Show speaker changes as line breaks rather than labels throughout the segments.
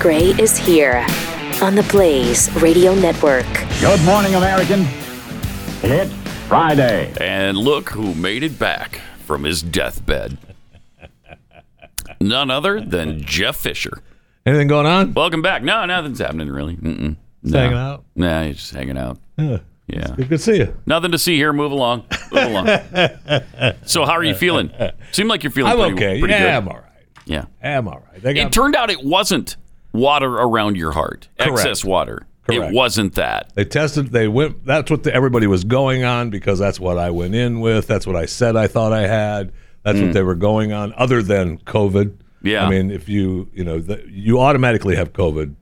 Gray is here on the Blaze Radio Network.
Good morning, American. It's Friday.
And look who made it back from his deathbed. None other than Jeff Fisher.
Anything going on?
Welcome back. No, nothing's happening really. Mm-mm. No.
hanging out.
Nah, he's just hanging out.
Yeah.
Yeah.
Good to see you.
Nothing to see here. Move along. Move along. so, how are you feeling? Seem like you're feeling
I'm
pretty,
okay.
pretty
yeah, I'm
good.
all right.
Yeah.
I'm all right. They got
It turned out it wasn't water around your heart,
Correct.
excess water. It
Correct.
wasn't that.
They tested. They went. That's what the, everybody was going on because that's what I went in with. That's what I said I thought I had. That's what they were going on. Other than COVID.
Mm. Yeah.
I mean, if you you know the, you automatically have COVID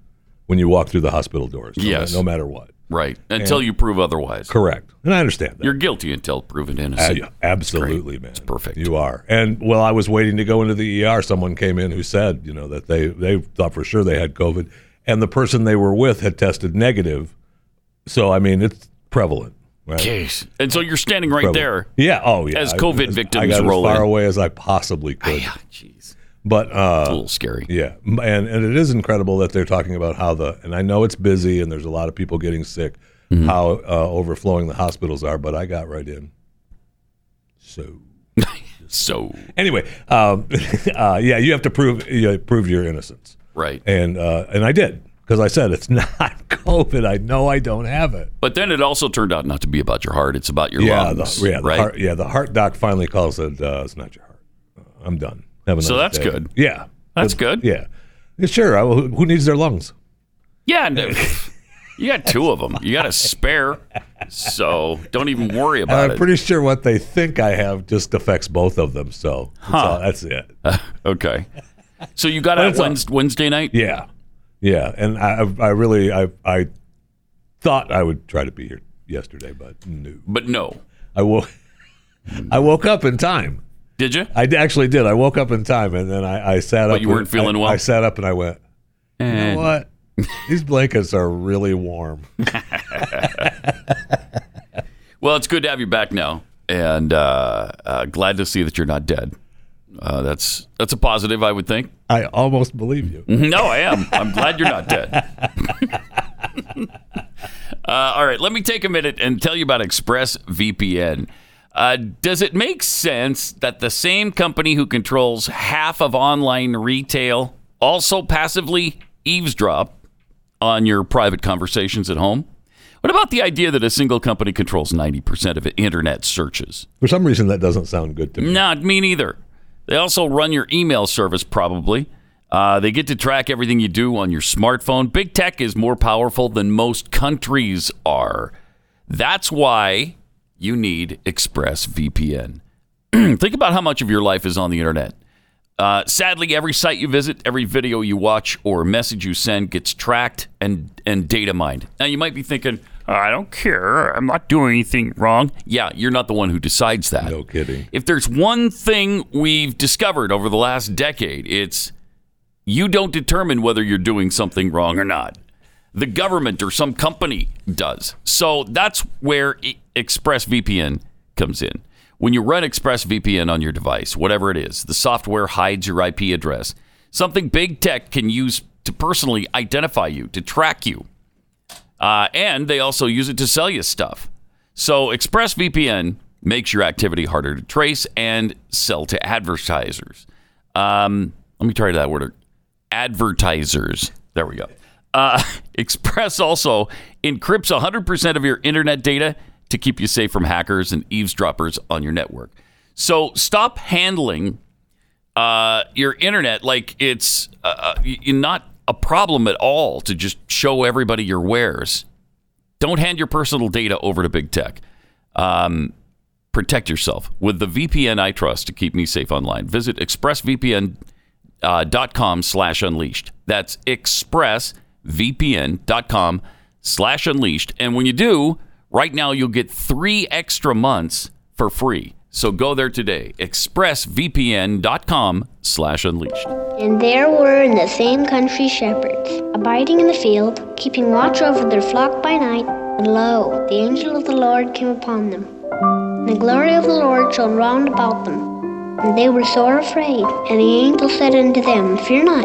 when you walk through the hospital doors. No, ma-
Yes.
No matter what.
Right. Until you prove otherwise.
Correct. And I understand that.
You're guilty until proven
Uh,
innocent.
yeah, absolutely, man. It's
perfect.
You are. And while I was waiting to go into the ER, someone came in who said, you know, that they they thought for sure they had COVID, and the person they were with had tested negative. So I mean, it's prevalent. Right?
Jeez. And so you're standing right there.
Prevalent. Yeah. Oh, yeah.
As
I-
COVID
I
victims
got
roll
as
in.
far away as I possibly could.
Yeah, jeez.
But uh,
A little scary.
yeah, M- and and it is incredible that they're talking about how the and I know it's busy and there's a lot of people getting sick,
Mm-hmm.
how uh, overflowing the hospitals are. But I got right in. So.
So,
Anyway, um, uh, yeah, you have to prove you know, prove your innocence,
right.
and uh, and I did because I said it's not COVID. I know I don't have it.
But then it also turned out not to be about your heart. It's about your
Yeah,
lungs.
the, yeah, the
right?
heart, yeah. The heart doc finally calls it. Uh, it's not your heart. I'm done. Have a
So
nice
that's
day."
good.
Yeah,
That's good. Yeah.
yeah. Yeah, Sure. I, who who needs their lungs?
no. you got two of them. You got a spare. So don't even worry about
I'm
it.
Uh, pretty sure what they think I have just affects both of them. So that's, all, that's it.
okay. So you got out
it's all-
Wednesday, Wednesday night?
Yeah, yeah. And I, I- I really, I, I thought I would try to be here yesterday, but no.
But no.
I woke, I woke up in time.
Did you?
I d- actually did. I woke up in time, and then I, I sat up.
you weren't
and-
feeling
I-
well?
I sat up and I went. You know what? These blankets are really warm.
Well, it's good to have you back now. And uh, uh, glad to see that you're not dead. Uh, that's that's a positive, I would think.
I almost believe you.
Mm-hmm. No, I am. I'm glad you're not dead. uh, all right, let me take a minute and tell you about ExpressVPN. Uh, does it make sense that the same company who controls half of online retail also passively eavesdrop on your private conversations at home? What about the idea that a single company controls 90% of internet searches?
For some reason, that doesn't sound good to me.
Not me neither. They also run your email service, probably. Uh, they get to track everything you do on your smartphone. Big tech is more powerful than most countries are. That's why you need ExpressVPN. Think about how much of your life is on the internet. Uh, sadly, every site you visit, every video you watch, or message you send gets tracked and, and data mined. Now, you might be thinking, I don't care. I'm not doing anything wrong. Yeah, you're not the one who decides that.
No kidding.
If there's one thing we've discovered over the last decade, it's you don't determine whether you're doing something wrong or not. The government or some company does. So that's where E- ExpressVPN comes in. When you run ExpressVPN on your device, whatever it is, the software hides your IP address, something big tech can use to personally identify you, to track you. Uh, and they also use it to sell you stuff. So ExpressVPN makes your activity harder to trace and sell to advertisers. Um, let me try that word. Advertisers. There we go. Uh, Express also encrypts 100% of your internet data to keep you safe from hackers and eavesdroppers on your network. So stop handling uh, your internet like it's uh, uh, y- y- not a problem at all to just show everybody your wares. Don't hand your personal data over to big tech. Um, protect yourself with the VPN I trust to keep me safe online. Visit expressvpn.com uh, slash unleashed. That's expressvpn.com slash unleashed. And when you do, right now you'll get three extra months for free. So go there today, expressvpn.com slash unleashed.
And there were in the same country shepherds, abiding in the field, keeping watch over their flock by night. And lo, the angel of the Lord came upon them. And the glory of the Lord shone round about them. And they were sore afraid. And the angel said unto them, Fear not.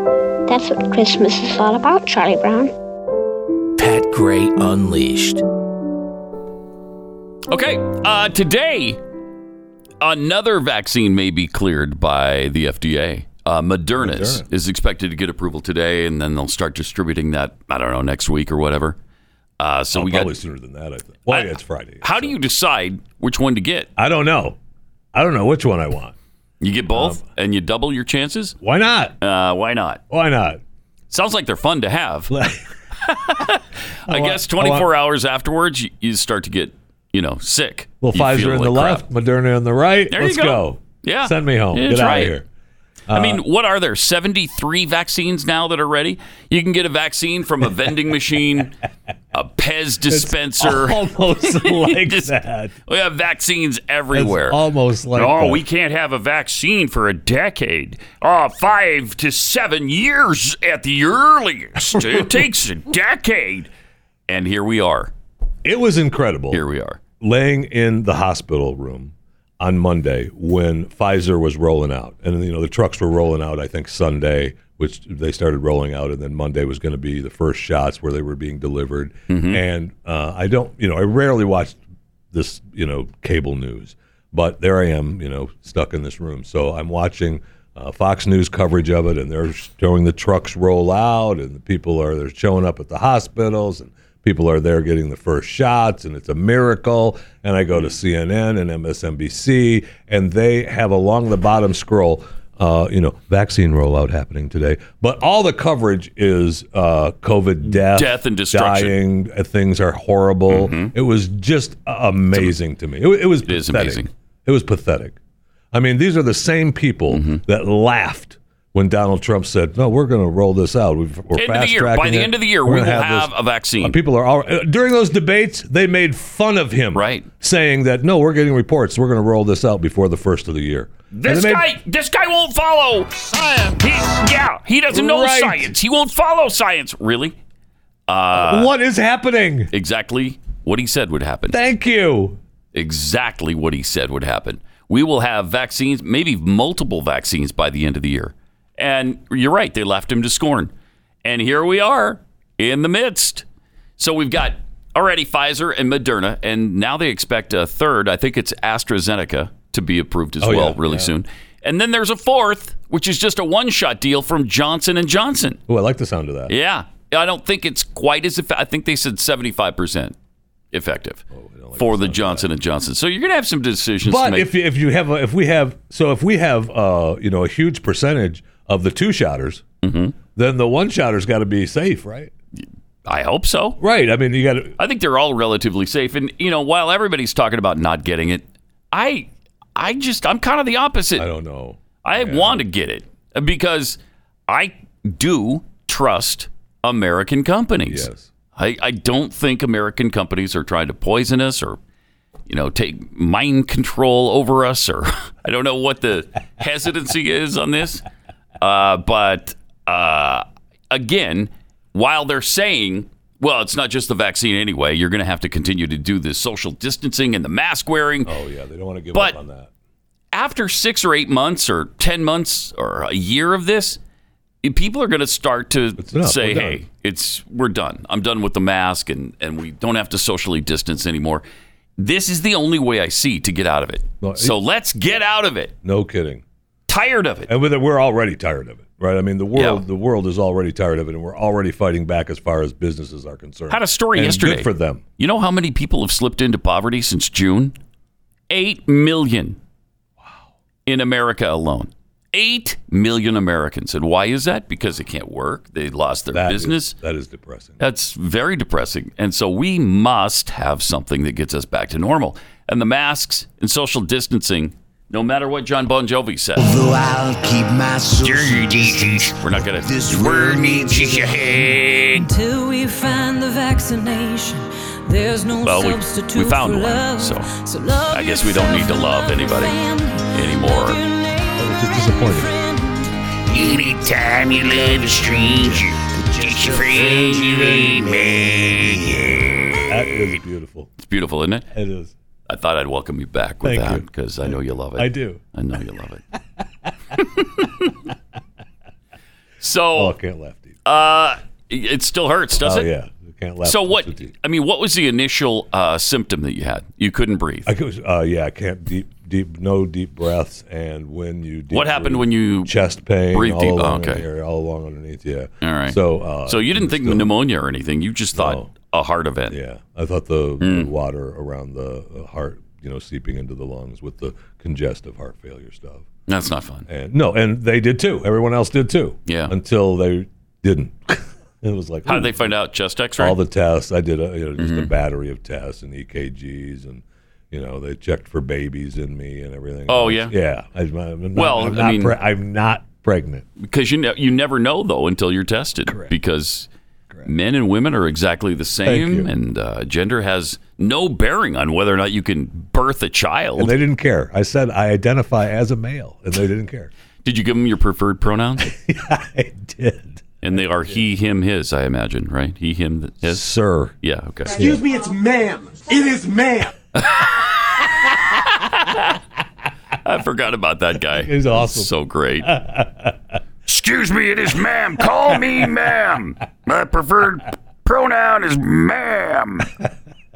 That's what Christmas is all about, Charlie Brown.
Pat Gray Unleashed.
Okay, uh, today, another vaccine may be cleared by the FDA. Uh, Moderna's
Moderna.
is expected to get approval today, and then they'll start distributing that, I don't know, next week or whatever. Uh, so
Oh,
we got.
probably sooner than that. I think. Well,
I-
yeah, it's Friday.
How
so-
do you decide which one to get?
I don't know. I don't know which one I want.
You get both, and you double your chances?
Why not?
Uh, why not?
Why not?
Sounds like they're fun to have. I,
want-
guess
I want-
24 hours afterwards, you, you start to get, you know, sick.
Well,
You feel
Pfizer in the
like
left,
crap.
Moderna in the right.
There you
Let's
go.
go.
Yeah.
Send me home.
It's
Get out
right.
of here. Uh,
I mean, what are there? 73 vaccines now that are ready? You can get a vaccine from a vending machine, a Pez dispenser.
Almost like
Just-
that.
We have vaccines
It's
everywhere.
almost like
oh,
that.
we can't have a vaccine for a decade. Oh, five to seven years at the earliest. it takes a decade. And here we are.
It was incredible.
Here we are.
laying in the hospital room on Monday when Pfizer was rolling out, and you know the trucks were rolling out. I think Sunday, which they started rolling out, and then Monday was going to be the first shots where they were being delivered.
Mm-hmm.
And uh, I don't, you know, I rarely watch this, you know, cable news, but there I am, you know, stuck in this room. So I'm watching. Uh, Fox News coverage of it, and they're showing the trucks roll out, and the people are they're showing up at the hospitals, and People are there getting the first shots, and it's a miracle. And I go to CNN and MSNBC, and they have along the bottom scroll, uh, you know, vaccine rollout happening today. But all the coverage is uh, COVID death,
Death and destruction.
dying. uh, Things are horrible. It was just a- amazing to me. It, wa- it was
Mm-hmm. is
pathetic.
amazing.
It was pathetic. I mean, these are the same people
Mm-hmm.
that laughed. When Donald Trump said, "No, we're going to roll this out. We've, we're
End of the year. By
fast-tracking
the
it.
end of the year,
We're
we will
gonna
have,
this-
a vaccine.
uh, people are all, uh, during those debates. They made fun of him,
Right.
Saying that no, we're getting reports. We're going to roll this out before the first of the year. And
This
they made-
guy, this guy won't follow science. He, yeah, he doesn't know
Right.
science. He won't follow science. Really?
what is happening?
Uh, Exactly what he said would happen.
Thank you.
Exactly what he said would happen. We will have vaccines, maybe multiple vaccines by the end of the year. And you're right, they laughed him to scorn. And here we are in the midst. So we've got already Pfizer and Moderna, and now they expect a third. I think it's AstraZeneca to be approved as
Oh,
well
yeah,
really soon. And then there's a fourth, which is just a one-shot deal from Johnson and Johnson.
Oh, I like the sound of that.
Yeah, I don't think it's quite as effective. I think they said seventy-five percent effective
Oh,
for the Johnson and Johnson. So you're gonna have some decisions. to
But
make.
if you, if you have a, if we have so if we have uh you know a huge percentage of the two shotters,
Mm-hmm.
then the one shotter's got to be safe, right?
I hope so.
Right. I mean, you got to.
I think they're all relatively safe. And you know, while everybody's talking about not getting it, I, I just I'm kind of the opposite.
I
I,
don't know.
want to get it because I do trust American companies.
Yes.
I, I don't think American companies are trying to poison us or, you know, take mind control over us or I don't know what the hesitancy is on this. Uh, but uh, again, while they're saying, well, it's not just the vaccine anyway, you're going to have to continue to do this social distancing and the mask wearing.
Oh yeah, they don't want to give
But-
up on that.
After six or eight months or 10 months or a year of this, people are going to start to
It's enough.
say,
We're done.
"Hey, it's we're done. I'm done with the mask, and and we don't have to socially distance anymore." This is the only way I see to get out of it.
Well, it-
so let's get out of it.
No kidding.
Tired of it.
And with it, we're already tired of it, right? I mean, the world
Yeah.
the world is already tired of it, and we're already fighting back as far as businesses are concerned.
Had a story
And
yesterday.
Good for them.
You know how many people have slipped into poverty since June? Eight million. Wow. In America alone. Eight million Americans. And why is that? Because they can't work. They lost their
That is-
business.
that is depressing.
That's very depressing. And so we must have something that gets us back to normal. And the masks and social distancing, No matter what John Bon Jovi said.
Though I'll keep my social distance,
We're not gonna.
this world needs your hand.
Till we find the vaccination, there's no
Well, we-
substitute
we found
for
one,
love.
so
love
I guess we don't
yourself
need to
and
love
your
anybody
family.
anymore.
Love your neighbor
It's just
and
disappointing.
friend.
Anytime you love a stranger, just your friend you remain.
That is beautiful.
It's beautiful, isn't it?
It is.
I thought I'd welcome you back with
Thank
that
you.
because I know you love it.
I do.
I know you love it. so
Oh, I can't laugh, dude.
uh, it still hurts, does
oh
it?
yeah, I can't laugh.
So what?
That's a deep-
I mean, what was the initial uh, symptom that you had? You couldn't breathe.
I goes, uh, yeah, I can't deep, deep, no deep breaths. And when you, deep
What happened
breathe,
when you-
chest pain
breathe
all
deep? Oh,
along in
okay.
here, all along underneath, yeah.
All right.
So, uh,
so you didn't think
still-
pneumonia or anything. You just thought
No.
a heart event.
Yeah, I thought the, the
Hmm.
water around the uh, heart, you know, seeping into the lungs with the congestive heart failure stuff.
That's not fun.
And no, and they did too. Everyone else did too.
Yeah.
Until they didn't. it was like
How did
ooh.
they find out? Chest X-ray. Mm-hmm.
all the tests. I did a, you know, just a battery of tests and EKGs and you know they checked for babies in me and everything.
Oh,
else.
yeah?
yeah. I, am not,
Well,
I'm
I
not,
mean-
pre- I'm not pregnant.
because you know you never know though until you're tested because men and women are exactly the same
you.
and uh, gender has no bearing on whether or not you can birth a child
And they didn't care. I said I identify as a male, and they didn't care.
did you give them your preferred pronouns
I did,
and they are he him his i imagine right he him th- his
sir.
yeah okay
Excuse me, it's ma'am. It is ma'am.
i forgot about that guy
He's awesome.
so great excuse me it is ma'am call me ma'am my preferred pronoun is ma'am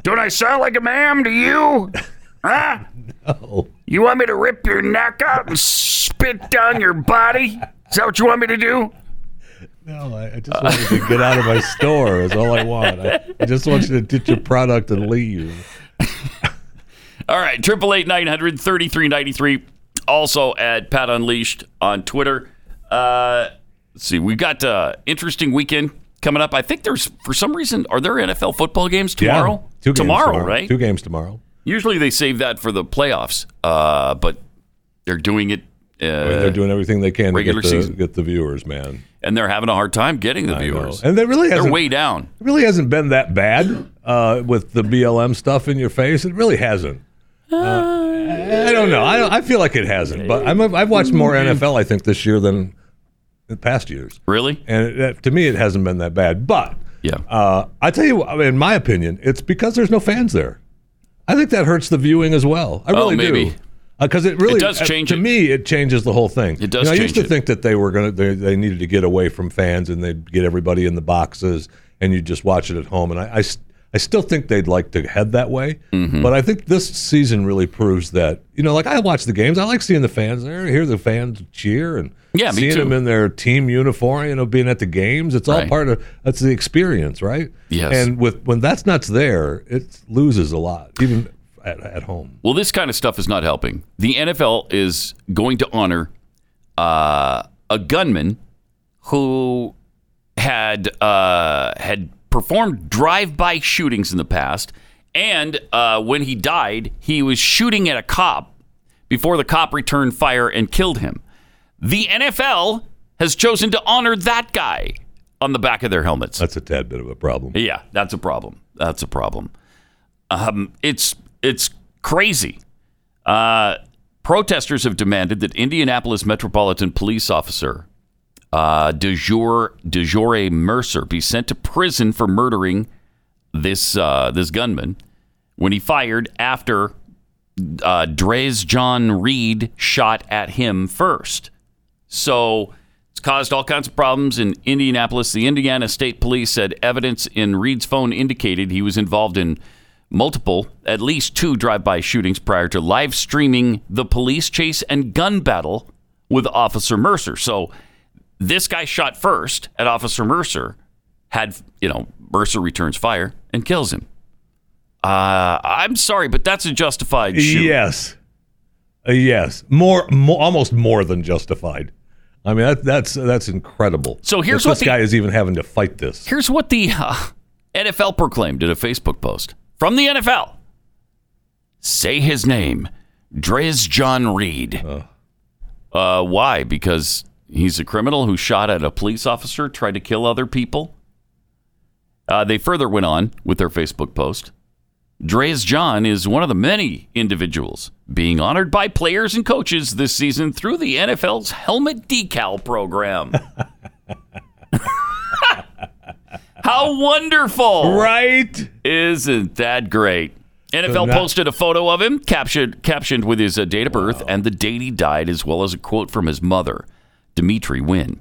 don't i sound like a ma'am to you huh
Oh,
You want me to rip your neck out and spit down your body? Is that what you want me to do?
no, I, I just want you to get out of my store. Is all I want. I, I just want you to ditch your product and leave.
All right, triple eight nine hundred thirty three ninety three. Also at Pat Unleashed on Twitter. Uh, let's see, we got uh, interesting weekend coming up. I think there's for some reason are there NFL football games
Yeah.
tomorrow?
Two games
tomorrow, right?
Two games tomorrow.
Usually they save that for the playoffs, uh, but they're doing it.
I mean,
Uh,
they're doing everything they can to
regular
get the,
season.
get the viewers, man.
and they're having a hard time getting the
I know.
viewers.
and they really
They're
hasn't
way down.
It really hasn't been that bad uh, with the BLM stuff in your face. It really hasn't. Uh, I I don't know. I, don't, I feel like it hasn't. But I'm, I've watched more NFL, I think, this year than the past years.
Really?
And it, that- to me, it hasn't been that bad. But
Yeah.
uh, I tell you, what, I mean, in my opinion, it's because there's no fans there. I think that hurts the viewing as well. I
Oh,
really
maybe.
do. Because it really
It does
uh,
change
to
it.
me. It changes the whole thing.
It does
You know, I
change
used to
it.
think that they were gonna they, they needed to get away from fans and they'd get everybody in the boxes and you just watch it at home. And I, I s- I still think they'd like to head that way.
Mm-hmm.
But I think this season really proves that you know, like I watch the games. I like seeing the fans there, hear the fans cheer, and
Yeah, me
seeing
too.
them in their team uniform. You know, being at the games. It's all
Right.
part of that's the experience, right?
Yes.
And with when that's not there, it loses a lot, even at, at home.
Well, this kind of stuff is not helping. The NFL is going to honor uh, a gunman who had uh, had performed drive-by shootings in the past, and uh, when he died, he was shooting at a cop before the cop returned fire and killed him. The NFL has chosen to honor that guy on the back of their helmets.
That's a tad bit of a problem.
Yeah, that's a problem. That's a problem. Um, it's it's crazy. Uh, protesters have demanded that Indianapolis Metropolitan Police Officer uh, DeJour, DeJoure Mercer be sent to prison for murdering this uh, this gunman when he fired after uh, Dres John Reed shot at him first. So it's caused all kinds of problems in Indianapolis. The Indiana State Police said evidence in Reed's phone indicated he was involved in multiple, at least two drive by shootings prior to live streaming the police chase and gun battle with Officer Mercer. So this guy shot first at Officer Mercer, had, you know, Mercer returns fire and kills him. Uh, I'm sorry, but that's a justified shoot.
Yes. Uh, Yes. More, more, almost more than justified. I mean, that, that's that's incredible.
So here's
that
what
this
the-
guy is even having to fight this.
Here's what the uh, NFL proclaimed in a Facebook post from the NFL. Say his name. Dres John Reed. Uh, why? Because he's a criminal who shot at a police officer, tried to kill other people. Uh, they further went on with their Facebook post. Dres John is one of the many individuals being honored by players and coaches this season through the NFL's helmet decal program. How wonderful!
Right?
Isn't that great? NFL
now-
posted a photo of him, captioned, captioned with his uh, date of birth and the date he died, as well as a quote from his mother, Dimitri Wynn.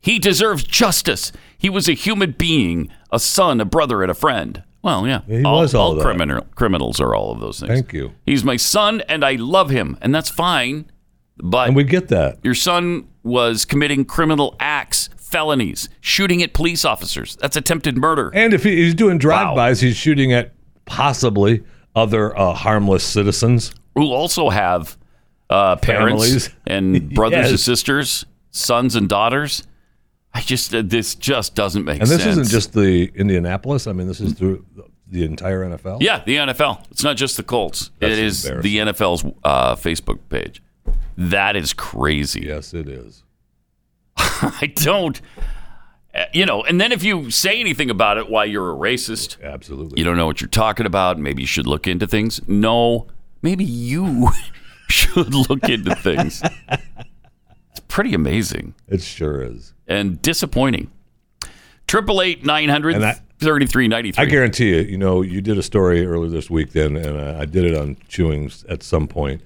He deserves justice. He was a human being, a son, a brother, and a friend. Well, yeah,
he was all that.
criminal, criminals are all of those things.
Thank you.
He's my son, and I love him, and that's fine. But
And we get that.
your son was committing criminal acts, felonies, shooting at police officers. That's attempted murder.
And if he, he's doing drive-bys, he's shooting at possibly other uh, harmless citizens.
who also have uh, parents
Families.
and brothers and
Yes.
sisters, sons and daughters. I just uh, this just doesn't make
And
sense.
this isn't just the Indianapolis. I mean, this is
Mm.
through the entire NFL.
yeah the NFL. It's not just the Colts.
That's
it is the
embarrassing.
NFL's uh, Facebook page. That is crazy.
Yes, it is.
I don't, uh, you know. And then if you say anything about it, why you're a racist?
Absolutely.
You don't know what you're talking about. Maybe you should look into things. No, maybe you should look into things. It's pretty amazing.
It sure is.
and disappointing. Triple eight nine hundred
And I-
thirty-three ninety-three.
I guarantee you, you know, you did a story earlier this week then, and uh, I, I did it on Chewing at some point,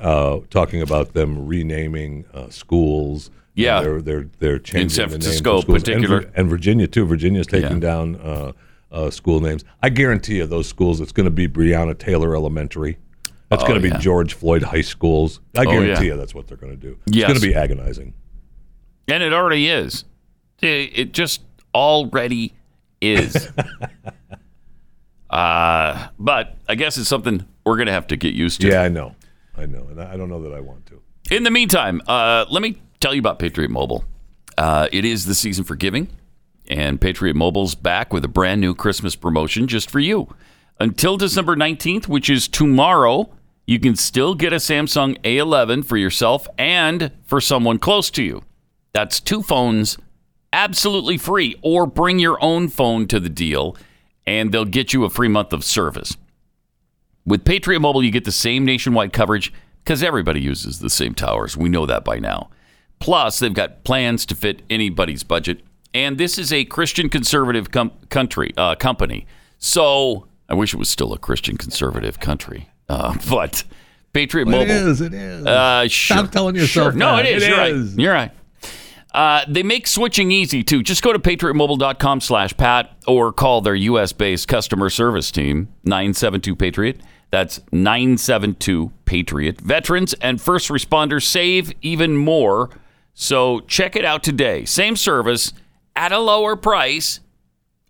uh, talking about them renaming uh, schools. and
Yeah.
They're, they're, they're changing
San
the names
Francisco
of schools.
particular.
And, Vir- and Virginia, too. Virginia's taking
Yeah.
down uh, uh, school names. I guarantee you, those schools, it's going to be Breonna Taylor Elementary. It's going to
Oh, yeah. Oh,
be George Floyd High Schools. I
yeah.
guarantee you that's what they're going to do. It's
Yes.
going to be agonizing.
and it already is. It, it just already is. uh, but I guess it's something we're going to have to get used to.
Yeah, I know. I know. And I I don't know that I want to.
In the meantime, uh, let me tell you about Patriot Mobile. Uh, it is the season for giving, and Patriot Mobile's back with a brand new Christmas promotion just for you. Until December 19th, which is tomorrow, you can still get a Samsung A11 for yourself and for someone close to you. That's two phones absolutely free, or bring your own phone to the deal, and they'll get you a free month of service. With Patriot Mobile, you get the same nationwide coverage because everybody uses the same towers. We know that by now. Plus, they've got plans to fit anybody's budget. And this is a Christian conservative com- country uh, company. So I wish it was still a Christian conservative country, uh, but Patriot Mobile.
It is.
Uh, sure.
Stop telling yourself
Sure. No,
that.
it is.
It
You're
is.
right. You're right. Uh, they make switching easy too. Just go to patriotmobile.com slash pat or call their U.S. based customer service team nine seven two patriot. That's nine seven two patriot. Veterans and first responders save even more. So check it out today. Same service at a lower price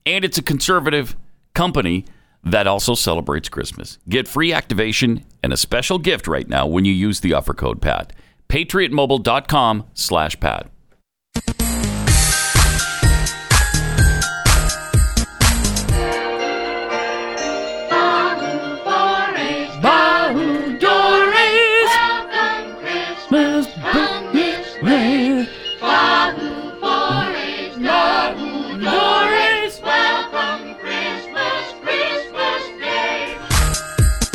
and it's a conservative company that also celebrates Christmas. Get free activation and a special gift right now when you use the offer code PAT. PatriotMobile.com slash PAT.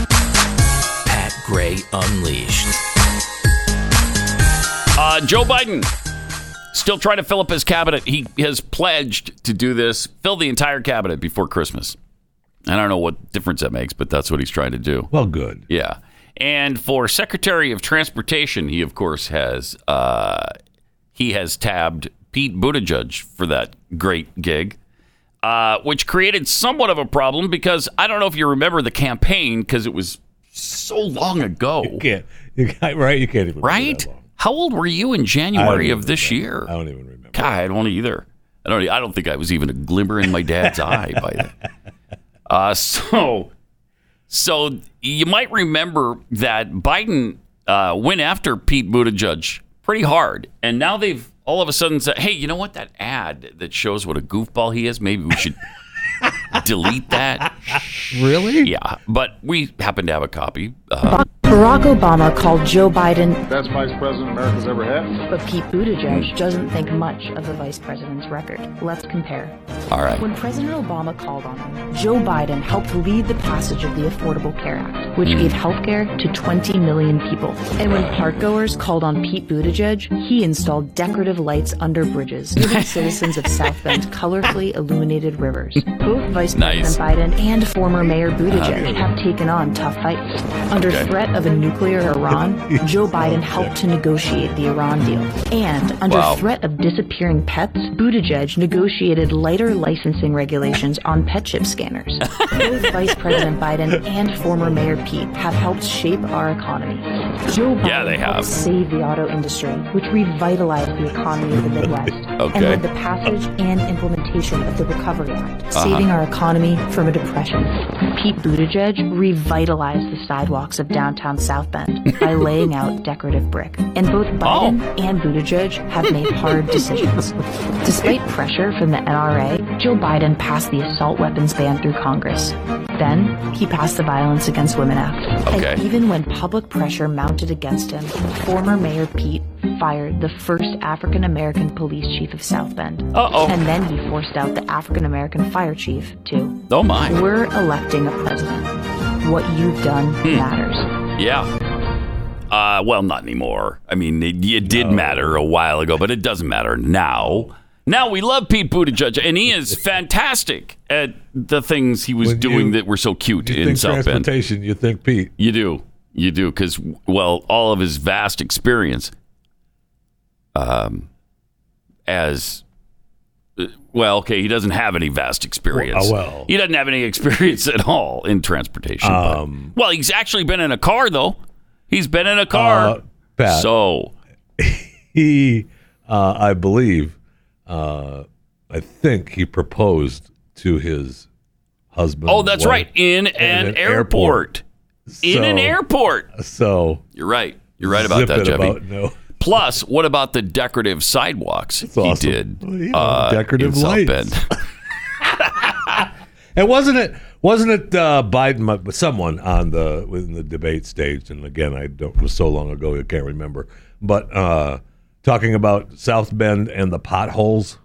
Pat Gray Unleashed.
Uh, Joe Biden still trying to fill up his cabinet. He has pledged to do this, fill the entire cabinet before Christmas. I don't know what difference that makes, but that's what he's trying to do.
Well, good.
Yeah. And for Secretary of Transportation, he of course has uh, he has tabbed Pete Buttigieg for that great gig, uh, which created somewhat of a problem because I don't know if you remember the campaign because it was so long ago,
Can't you can't, right? You can't even remember
right?
that long.
How old were you
I
in
don't
January
even
of this
remember.
year?
I don't even remember.
God, I don't either. I don't. I don't think I was even a glimmer in my dad's eye by then. Uh, so, so you might remember that Biden uh, went after Pete Buttigieg pretty hard, and now they've all of a sudden said, "Hey, you know what? That ad that shows what a goofball he is. Maybe we should delete that."
Really?
Yeah, but we happen to have a copy. Uh,
Barack Obama called Joe Biden
Best vice president America's ever had.
But Pete Buttigieg doesn't think much of the vice president's record. Let's compare.
All right.
When President Obama called on him, Joe Biden helped lead the passage of the Affordable Care Act, which
Mm.
gave health care to 20 million people. And when parkgoers called on Pete Buttigieg, he installed decorative lights under bridges, giving citizens of South Bend colorfully illuminated rivers. Both Vice
Nice.
President Biden and former Mayor Buttigieg
Okay.
have taken on tough fights. Under
Okay.
threat of a nuclear Iran, Joe Biden helped to negotiate the Iran deal. And under
Wow.
threat of disappearing pets, Buttigieg negotiated lighter licensing regulations on pet chip scanners. Both Vice President Biden and former Mayor Pete have helped shape our economy. Joe Biden
Yeah, they
helped
have.
save the auto industry, which revitalized the economy of the Midwest,
Okay.
and with the passage and implementation of the Recovery Act,
Uh-huh.
saving our economy from a depression. Pete Buttigieg revitalized the sidewalks of downtown South Bend by laying out decorative brick. And both Biden and Buttigieg have made hard decisions. Despite pressure from the NRA, Joe Biden passed the assault weapons ban through Congress. Then he passed the Violence Against Women Act.
Okay.
And even when public pressure mounted against him, former Mayor Pete fired the first African American police chief of South Bend.
Uh-oh.
And then he forced out the African American fire chief, too.
Oh my.
We're electing a president. What you've done matters.
Yeah. Uh, well, not anymore. I mean, it, it did matter a while ago, but it doesn't matter now. Now we love Pete Buttigieg, and he is fantastic at the things he was
When
doing
you-
that were so cute
You
in
think
South Bend.
transportation, you think Pete.
You do. You do. Because, well, all of his vast experience um, as. uh, Well, okay, he doesn't have any vast experience.
Well, uh, well.
he doesn't have any experience at all in transportation. but-
Um,
well, he's actually been in a car, though. He's been in a car.
Uh, Pat.
So,
he, uh, I believe, uh, I think he proposed to his husband.
oh, that's
wife.
right. In an,
an
airport.
airport.
In an
So-
airport.
So
You're right. You're right about
zip
that,
it
Jeffy.
about- no.
Plus, what about the decorative sidewalks he
awesome.
did?
Well, yeah, decorative
Uh, in South
lights.
Bend?
And wasn't it wasn't it uh, Biden uh, someone on the in the debate stage? And again, I don't it was so long ago I can't remember. But uh, talking about South Bend and the potholes,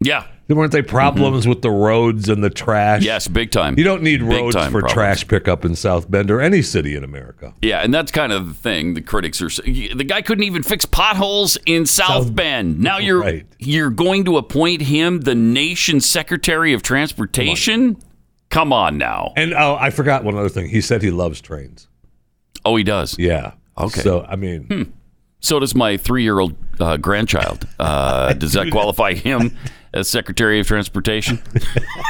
Yeah.
weren't they problems with the roads and the trash?
Mm-hmm. Yes, big time.
You don't need
Big
roads
time
for
problems.
trash pickup in South Bend or any city in America.
Yeah, and that's kind of the thing. The critics are s- the guy couldn't even fix potholes in South, Bend. Now you're
Right.
you're going to appoint him the nation's secretary of transportation? Come on now.
And oh, I forgot one other thing. He said he loves trains.
Oh, he does.
Yeah.
Okay. Hmm.
So I mean,
So does my three-year-old uh, grandchild. Uh, does that qualify him as secretary of transportation?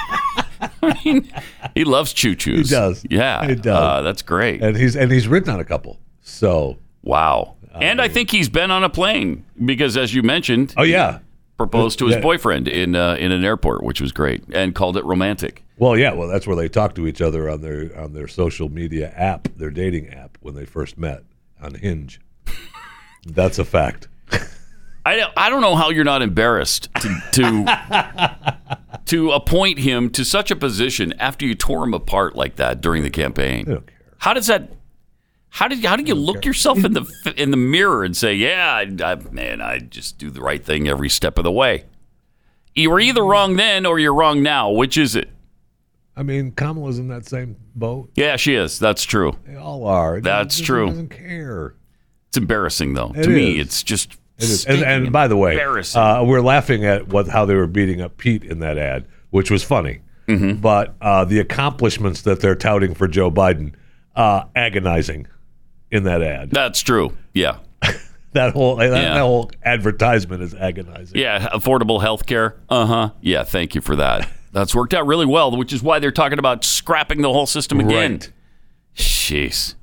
I mean, he loves choo-choos. He
does.
Yeah,
He does.
Uh, that's great.
and he's and he's ridden on a couple. So
Wow. and I think he's been on a plane because, as you mentioned,
oh yeah.
proposed to his
That-
boyfriend in uh, in an airport, which was great, and called it romantic.
Well, yeah. Well, that's where they talk to each other on their on their social media app, their dating app, when they first met on Hinge. that's a fact.
I don't, I don't know how you're not embarrassed to to, to appoint him to such a position after you tore him apart like that during the
I
campaign.
don't care.
How does that? How did how do you look yourself in the in the mirror and say, "Yeah, I, I, man, I just do the right thing every step of the way." You were
Mm-hmm.
either wrong then or you're wrong now. Which is it?
I mean, Kamala's in that same boat.
Yeah, she is. That's true.
They all are.
That's
She
true.
Doesn't care.
It's embarrassing, though.
It
to me,
is.
it's just.
It is. And,
stinking
and by the way,
embarrassing.
uh, we're laughing at what how they were beating up Pete in that ad, which was funny. But uh, the accomplishments that they're touting for Joe Biden, uh, agonizing in that ad.
That's true. Yeah.
That whole that,
Yeah.
that whole advertisement is Uh-huh. agonizing.
Yeah. Affordable health care. Uh huh. Yeah. Thank you for that. That's worked out really well, which is why they're talking about scrapping the whole system again.
Right.
Jeez.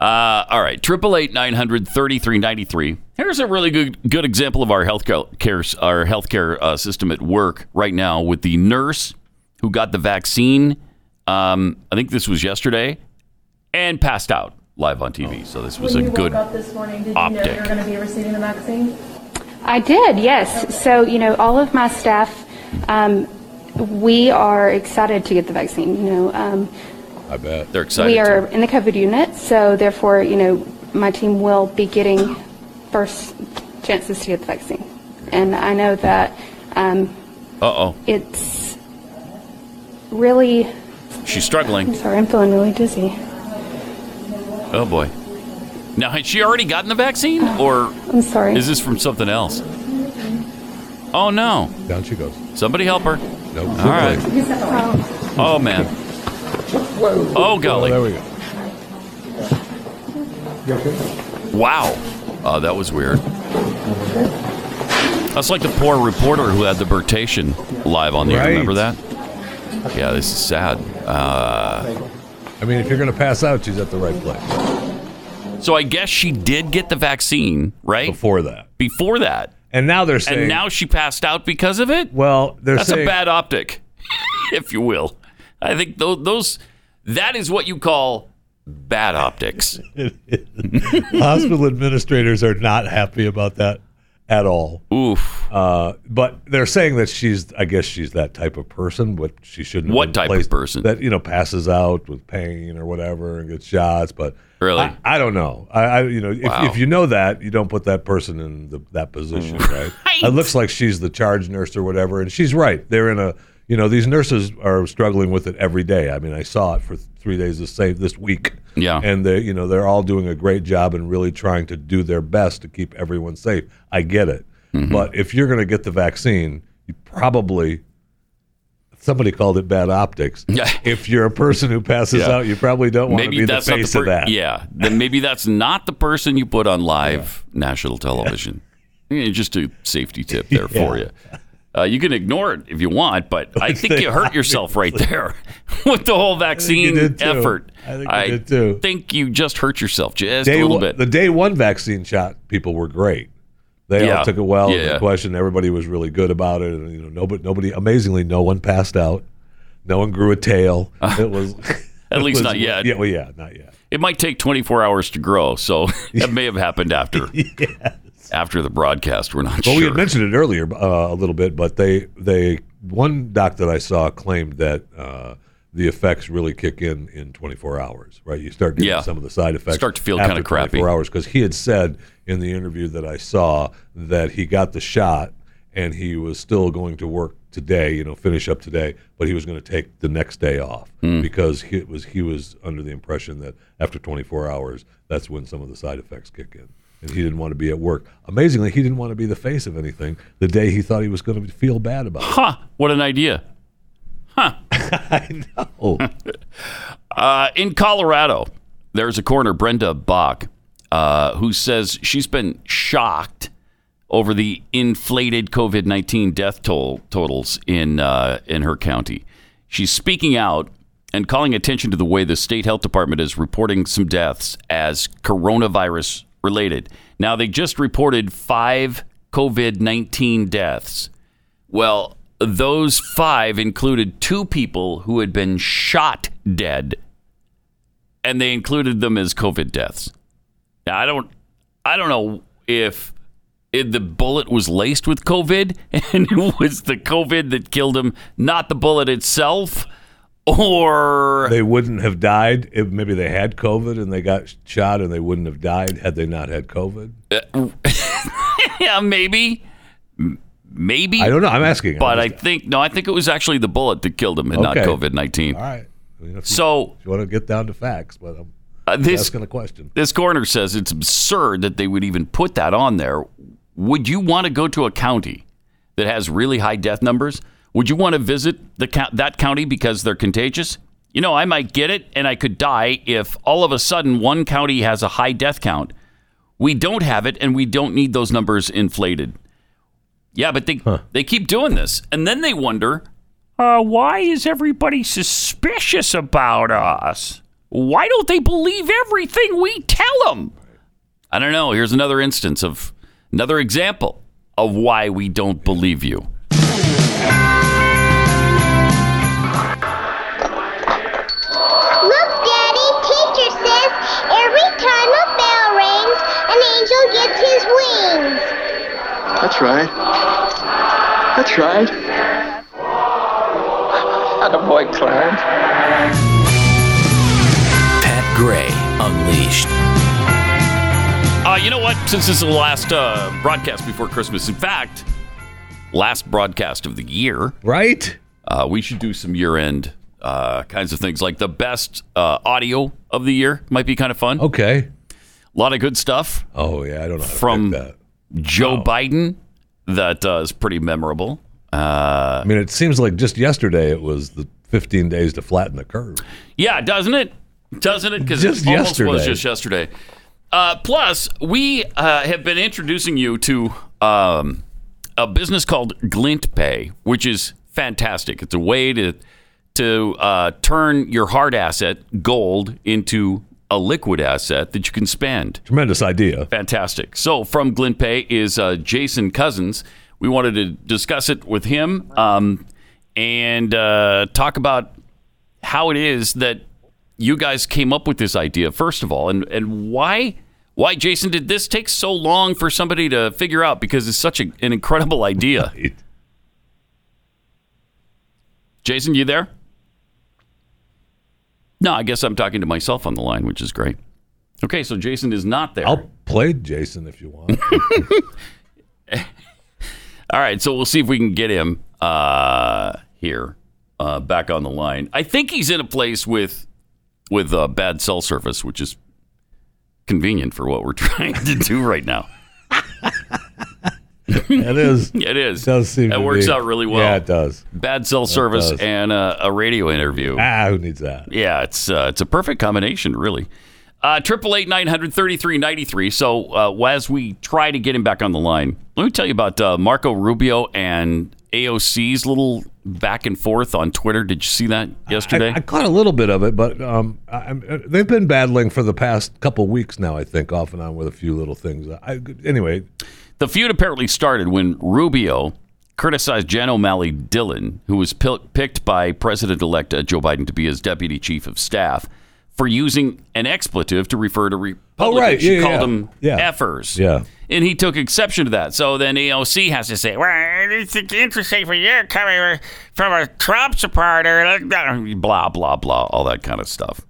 Uh, all right. Triple eight nine hundred thirty three ninety three. Here's a really good good example of our healthcare our healthcare uh, system at work right now with the nurse who got the vaccine. Um, I think this was yesterday, and passed out live on TV. So this was a good optic.
I did, yes. So, you know, all of my staff, um, we are excited to get the vaccine. You know, um,
I bet.
They're excited.
we are in the COVID unit, so therefore, you know, my team will be getting first chances to get the vaccine. And I know that um,
Uh oh.
it's really.
She's struggling.
I'm sorry, I'm feeling really dizzy.
Oh boy. Now had she already gotten the vaccine, or
I'm sorry.
is this from something else? Oh no!
Down she goes.
Somebody help her.
No.
All right. Oh man. Oh golly.
there we go.
Wow. Uh, that was weird. That's like the poor reporter who had the birtation live on the air.
Right.
Remember that? Yeah, this is sad. Uh,
I mean, if you're going to pass out, she's at the right place.
so I guess she did get the vaccine, right?
Before that.
Before that.
And now they're saying.
and now she passed out because of it?
well, they're
That's
saying.
a bad optic, if you will. I think tho- those, that is what you call bad optics.
hospital administrators are not happy about that at all.
Oof.
Uh, but they're saying that she's, I guess she's that type of person, but she shouldn't. have
What
been
type of
placed-
person?
That, you know, passes out with pain or whatever and gets shots. But
Really?
I, I don't know. I, I you know, if,
Wow. Mm.
if you know that, you don't put that person in the, that position, right? It looks like she's the charge nurse or whatever. And she's right. They're in a, you know, these nurses are struggling with it every day. I mean, I saw it for three days this, same, this week
Yeah.
and they you know they're all doing a great job and really trying to do their best to keep everyone safe. I get it,
Mm-hmm.
but if you're going to get the vaccine, you probably somebody called it bad optics.
Yeah.
if you're a person who passes
Yeah.
out, you probably don't want to be the
not
face
per-
of that.
Yeah, then maybe that's not the person you put on live national television. Eh, Just a safety tip there for you. Uh, you can ignore it if you want, but I think you hurt yourself right there with the whole vaccine
did too.
effort.
I think you did too.
think you just hurt yourself just
Day
a little
one,
bit.
The day one vaccine shot, people were great. They
Yeah.
all took it well.
Yeah, yeah.
The question, everybody was really good about it, and you know, nobody, nobody, amazingly, no one passed out. No one grew a tail. It was
At
it
least
was-
not yet.
Yeah, well, yeah, not yet.
it might take 24 hours to grow, so that may have happened after after the broadcast. We're not
Well,
sure.
we had mentioned it earlier uh, a little bit, but they they one doc that I saw claimed that uh, the effects really kick in in 24 hours. Right, you start getting
Yeah.
some of the side effects.
Start to feel
after
kinda crappy.
24 hours because he had said in the interview that I saw that he got the shot and he was still going to work today. You know, finish up today, but he was going to take the next day off
Hmm.
because he was he was under the impression that after 24 hours, that's when some of the side effects kick in and he didn't want to be at work. Amazingly, he didn't want to be the face of anything the day he thought he was going to feel bad about it.
Huh, what an idea.
Oh,
Uh, in Colorado, there's a coroner, Brenda Bach, uh, who says she's been shocked over the inflated COVID 19 death toll totals in, uh, in her county. She's speaking out and calling attention to the way the state health department is reporting some deaths as coronavirus related. Now, they just reported five COVID 19 deaths. Well, those five included two people who had been shot dead, and they included them as COVID deaths. Now, I don't, I don't know if, if the bullet was laced with COVID and it was the COVID that killed him, not the bullet itself, or
they wouldn't have died. If maybe they had COVID and they got shot and they wouldn't have died had they not had COVID.
yeah, maybe, M- maybe.
I don't know. I'm asking.
But I
I'm
think no, I think it was actually the bullet that killed him, and not
Okay.
COVID nineteen.
all right. I mean, if you,
Mm. So
if you want to get down to facts, but I'm
uh, this
asking a question.
This coroner says it's absurd that they would even put that on there. Would you want to go to a county that has really high death numbers? Would you want to visit the co- that county because they're contagious? You know, I might get it and I could die if all of a sudden one county has a high death count. We don't have it and we don't need those numbers inflated. Yeah, but they they keep doing this and then they wonder, uh, why is everybody suspicious about us? Why don't they believe everything we tell them? I don't know. Here's another instance of another example of why we don't believe you.
Look, Daddy, teacher says every time a bell rings, an angel gets his wings.
That's right. That's right. Attaboy, Clarence.
Pat Gray Unleashed.
Uh, you know what? Since this is the last uh, broadcast before Christmas, in fact, last broadcast of the year,
right?
Uh, we should do some year-end uh, kinds of things, like the best uh, audio of the year. Might be kind of fun.
Okay.
A lot of good stuff.
Oh yeah, I don't know. How to
from
pick that.
Joe Biden. That uh, is pretty memorable. Uh,
I mean, it seems like just yesterday it was the 15 days to flatten the curve.
Yeah, doesn't it? Doesn't it? Because
Just
it almost
yesterday.
was just yesterday. Uh, plus, we uh, have been introducing you to um, a business called Glint Pay, which is fantastic. It's a way to to uh, turn your hard asset, gold, into a liquid asset that you can spend.
Tremendous idea.
Fantastic. So from Glint Pay is uh, Jason Cousins. We wanted to discuss it with him um, and uh, talk about how it is that you guys came up with this idea first of all, and and why why Jason did this take so long for somebody to figure out because it's such a, an incredible idea. Jason, you there? No, I guess I'm talking to myself on the line, which is great. Okay, so Jason is not there.
I'll play Jason if you want.
All right, so we'll see if we can get him uh, here uh, back on the line. I think he's in a place with with uh, bad cell service, which is convenient for what we're trying to do right now.
It is.
It is.
does seem
That
to
works
be-
out really well.
Yeah, it does.
Bad cell service
does.
and uh, a radio interview.
Ah, who needs that?
Yeah, it's uh, it's a perfect combination, really. Uh, Triple eight nine hundred thirty three ninety three. So uh, as we try to get him back on the line, let me tell you about uh, Marco Rubio and AOC's little back and forth on Twitter. Did you see that yesterday?
I, I caught a little bit of it, but um, I, I'm- uh, they've been battling for the past couple weeks now. I think off and on with a few little things. I, anyway,
The feud apparently started when Rubio criticized Jan O'Malley Dillon, who was pil- picked by President elect Joe Biden to be his deputy chief of staff, for using an expletive to refer to
Oh,
Republicans.
right.
She
Yeah,
called
yeah.
them
Yeah.
effers.
Yeah.
And he took exception to that. So then AOC has to say, well,
it's interesting for you coming from a Trump supporter.
blah, blah, blah, all that kind of stuff.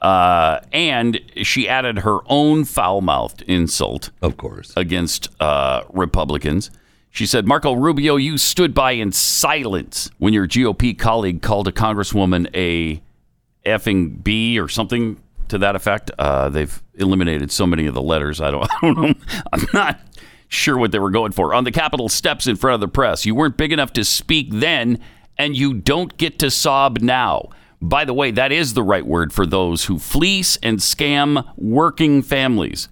Uh, and she added her own foul mouthed insult.
Of course.
Against uh, Republicans. She said, Marco Rubio, you stood by in silence when your GOP colleague called a congresswoman a effing B or something to that effect. Uh, they've eliminated so many of the letters. I don't, I don't know. I'm not sure what they were going for. On the Capitol steps in front of the press, you weren't big enough to speak then, and you don't get to sob now. By the way, that is the right word for those who fleece and scam working families.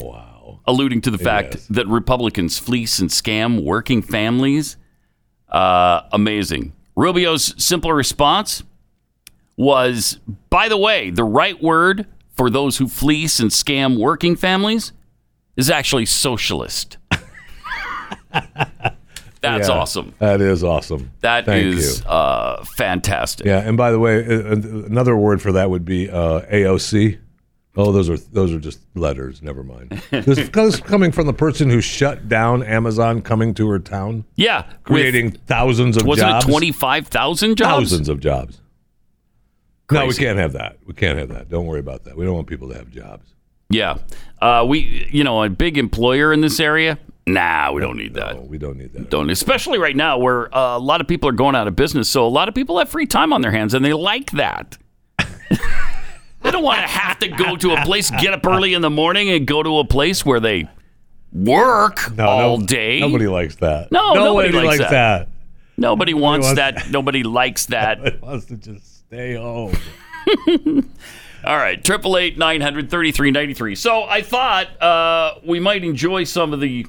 Wow. Alluding to the fact that Republicans fleece and scam working families. Uh, amazing. Rubio's simple response was, by the way, the right word for those who fleece and scam working families is actually socialist. That's
Yeah.
awesome.
That is awesome.
That is
Thank you.
uh, fantastic.
Yeah, and by the way, uh, uh, another word for that would be uh, AOC. Oh, those are those are just letters. Never mind. This is coming from the person who shut down Amazon coming to her town,
Yeah. with-
creating thousands of
wasn't
jobs.
it 25,000 jobs?
thousands of jobs. No, we
Crazy.
can't have that. We can't have that. Don't worry about that. We don't want people to have jobs.
Yeah. Uh, we, you know, a big employer in this area. Nah, we don't need that.
We don't need that.
Don't, especially right now where uh, a lot of people are going out of business. So a lot of people have free time on their hands and they like that. they don't want to have to go to a place, get up early in the morning and go to a place where they work
No,
all
no-
day.
Nobody likes that.
No, nobody
nobody,
likes that.
that.
Nobody wants,
wants
that. Nobody likes that.
Nobody wants to just stay home.
All right, triple eight nine hundred thirty three ninety three. So I thought uh, we might enjoy some of the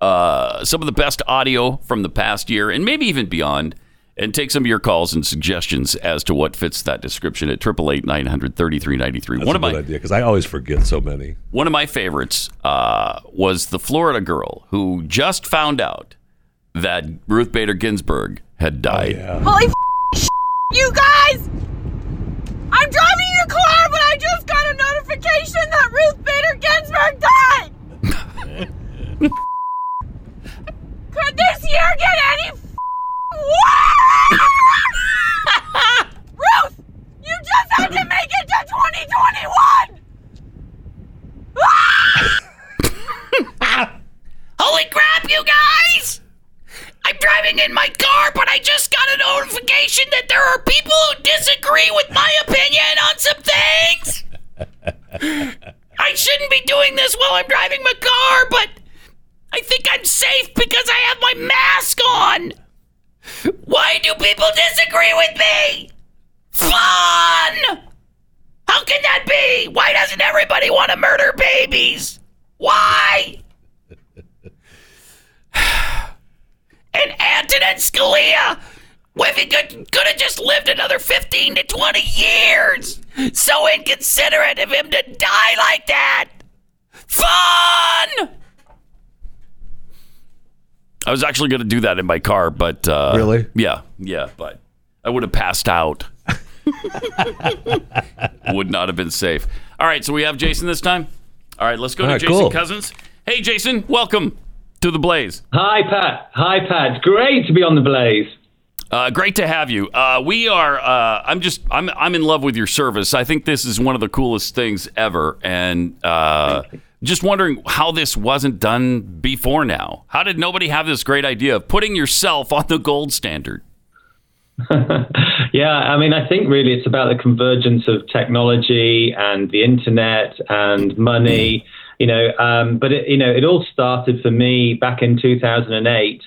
uh, some of the best audio from the past year and maybe even beyond, and take some of your calls and suggestions as to what fits that description at triple eight nine hundred thirty three ninety three.
That's
One
a
of my
good idea because I always forget so many.
one of my favorites uh, was the Florida girl who just found out that Ruth Bader Ginsburg had
Oh,
died.
Holy f- sh- you guys! I'm driving in a car, but I just got a notification that Ruth Bader Ginsburg died! Could this year get any f- worse? Ruth, you just had to make it to 2021!
this while I'm driving my car, but I think I'm safe because I have my mask on. Why do people disagree with me? Fun! How can that be? Why doesn't everybody want to murder babies? Why? and Antonin Scalia, well, if he could, could have just lived another 15 to 20 years. So inconsiderate of him to die like that. Fun!
I was actually going to do that in my car, but uh,
Really?
yeah, yeah, but I would have passed out. would not have been safe. All right, so we have Jason this time. All right, let's go
All
to
right,
Jason
cool.
Cousins. Hey, Jason, welcome to the Blaze.
Hi, Pat. Hi, Pat. Great to be on the Blaze.
Uh, great to have you. Uh, we are. Uh, I'm just. I'm. I'm in love with your service. I think this is one of the coolest things ever. And uh, just wondering how this wasn't done before now. How did nobody have this great idea of putting yourself on the gold standard?
Yeah, I mean, I think really it's about the convergence of technology and the internet and money, you know. Um, but it, you know, it all started for me back in 2008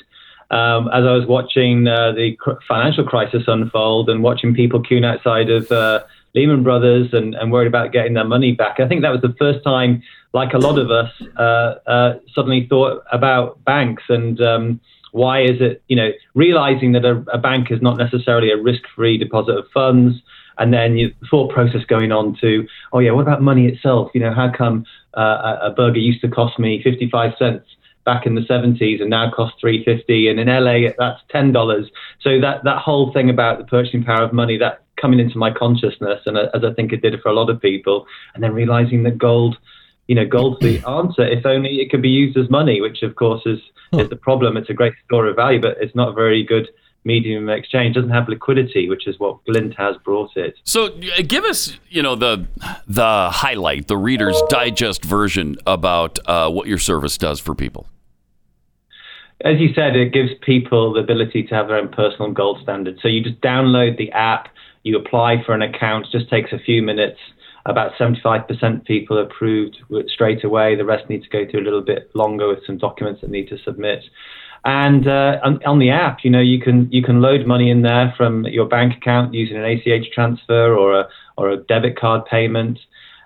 um, as I was watching uh, the cr- financial crisis unfold and watching people queuing outside of uh, Lehman Brothers and, and worried about getting their money back. I think that was the first time, like a lot of us, uh, uh, suddenly thought about banks and. Um, why is it, you know, realizing that a, a bank is not necessarily a risk free deposit of funds, and then you, the thought process going on to, oh, yeah, what about money itself? You know, how come uh, a- a burger used to cost me 55 cents back in the 70s and now costs 350 and in LA that's $10. So that, that whole thing about the purchasing power of money, that coming into my consciousness, and uh, as I think it did for a lot of people, and then realizing that gold you know, gold's the answer if only it could be used as money, which of course is, is the problem. It's a great store of value, but it's not a very good medium of exchange. It doesn't have liquidity, which is what Glint has brought it.
So uh, give us, you know, the the highlight, the Reader's Digest version about uh, what your service does for people.
as you said, it gives people the ability to have their own personal gold standard. So you just download the app, you apply for an account, just takes a few minutes. About 75% people approved w- straight away. The rest need to go through a little bit longer with some documents that need to submit. And uh, on, on the app, you know, you can you can load money in there from your bank account using an ACH transfer or a or a debit card payment.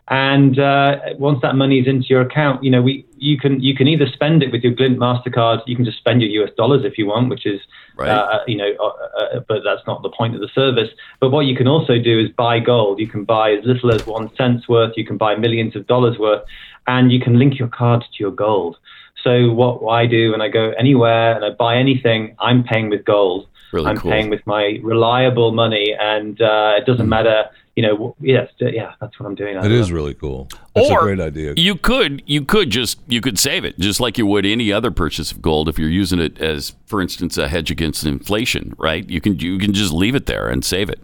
And uh, once that money is into your account, you know we you can you can either spend it with your Glint Mastercard. You can just spend your US dollars if you want, which is uh, you know, uh, uh, but that's not the point of the service. But what you can also do is buy gold. You can buy as little as one cent's worth. You can buy millions of dollars worth, and you can link your card to your gold. So what I do when I go anywhere and I buy anything, I'm paying with gold.
Really
I'm
cool.
paying with my reliable money, and uh, it doesn't matter. You know, w- yes, d- yeah, that's what I'm doing. I
Mm-hmm. It is
love-
really cool. That's
Or-
a great idea.
You could you could just you could save it just like you would any other purchase of gold if you're using it as for instance a hedge against inflation, right? You can you can just leave it there and save it.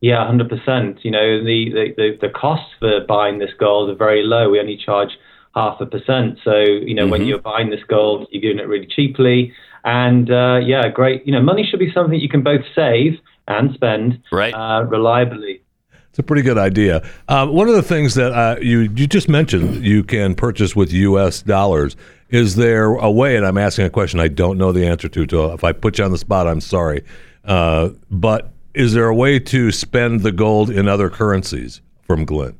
Yeah, hundred percent. You know, the, the the the costs for buying this gold are very low. We only charge half a percent. So you know, when
Mm-hmm.
Mhm.
you're buying this gold, you're doing it really cheaply. And uh, yeah, great. You know, money should be something you can both save and spend
right.
uh, reliably.
It's a pretty good idea. Um, one of the things that uh, you you just mentioned you can purchase with U.S. dollars. Is there a way? And I'm asking a question I don't know the answer to. So if I put you on the spot, I'm sorry. Uh, but is there a way to spend the gold in other currencies from Glint?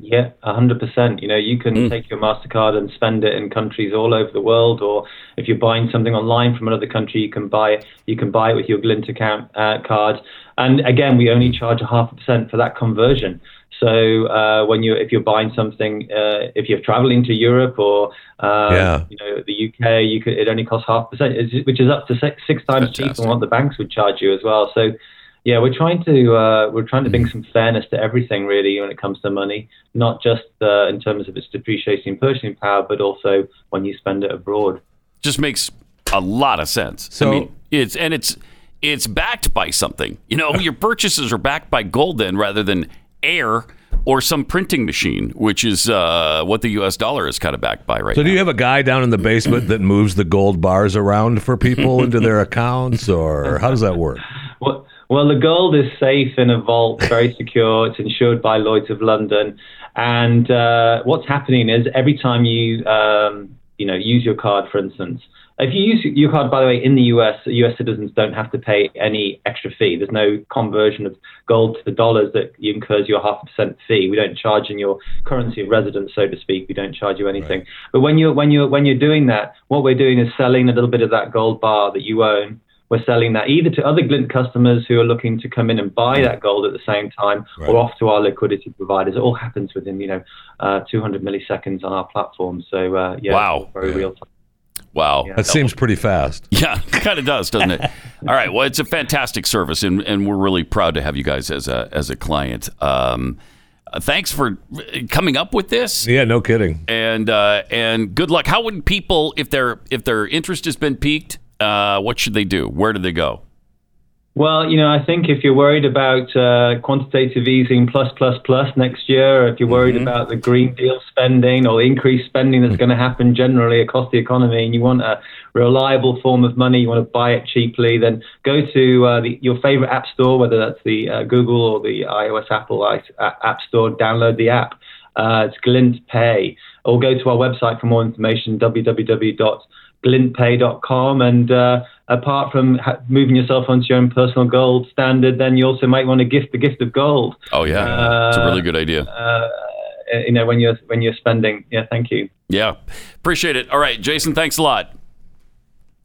Yeah, hundred percent. You know, you can take your Mastercard and spend it in countries all over the world, or if you're buying something online from another country, you can buy it. You can buy it with your Glint account uh, card. And again, we only charge a half a percent for that conversion. So uh, when you if you're buying something, uh, if you're traveling to Europe or uh,
Yeah.
you know the UK, you could it only costs half percent, it's- which is up to six, six times cheaper than what the banks would charge you as well. So yeah, we're trying to uh, we're trying to bring some fairness to everything really when it comes to money, not just uh, in terms of its depreciating purchasing power, but also when you spend it abroad.
Just makes a lot of sense.
So-
I mean, it's and it's it's backed by something. You know, your purchases are backed by gold then rather than air or some printing machine, which is uh, what the US dollar is kind of backed by right
so
now.
do you have a guy down in the basement that moves the gold bars around for people into their accounts, or how does that work?
Well, Well, the gold is safe in a vault, very secure. It's insured by Lloyd's of London. And uh, what's happening is every time you, um, you know, use your card, for instance, if you use your card, by the way, in the US, US citizens don't have to pay any extra fee. There's no conversion of gold to the dollars that you incurs your half a percent fee. We don't charge in your currency of residence, so to speak. We don't charge you anything. But when you're when you're when you're doing that, what we're doing is selling a little bit of that gold bar that you own. We're selling that either to other Glint customers who are looking to come in and buy that gold at the same time,
Right.
or off to our liquidity providers. It all happens within you know uh, 200 milliseconds on our platform. So uh, yeah, wow, very real time.
Wow.
That seems pretty fast.
Yeah, kind of does, doesn't it? All right. Well, it's a fantastic service, and, and we're really proud to have you guys as a as a client. Um, uh, thanks for uh, coming up with this.
Yeah, no kidding.
And uh, and good luck. How would people, if their if their interest has been piqued, uh, what should they do? Where do they go?
Well, you know, I think if you're worried about uh, quantitative easing plus plus plus next year, or if you're worried about the Green Deal spending or the increased spending that's going to happen generally across the economy, and you want a reliable form of money, you want to buy it cheaply, then go to uh, the, your favorite app store, whether that's the uh, Google or the iOS Apple i- a- app store. Download the app. Uh, it's Glint Pay, or go to our website for more information: www.glintpay.com. And uh, apart from ha- moving yourself onto your own personal gold standard, then you also might want to gift the gift of gold.
Oh yeah, it's a
Uh,
really good idea.
Uh, you know, when you're when you're spending. Yeah, thank you.
Yeah, appreciate it. All right, Jason, thanks a lot.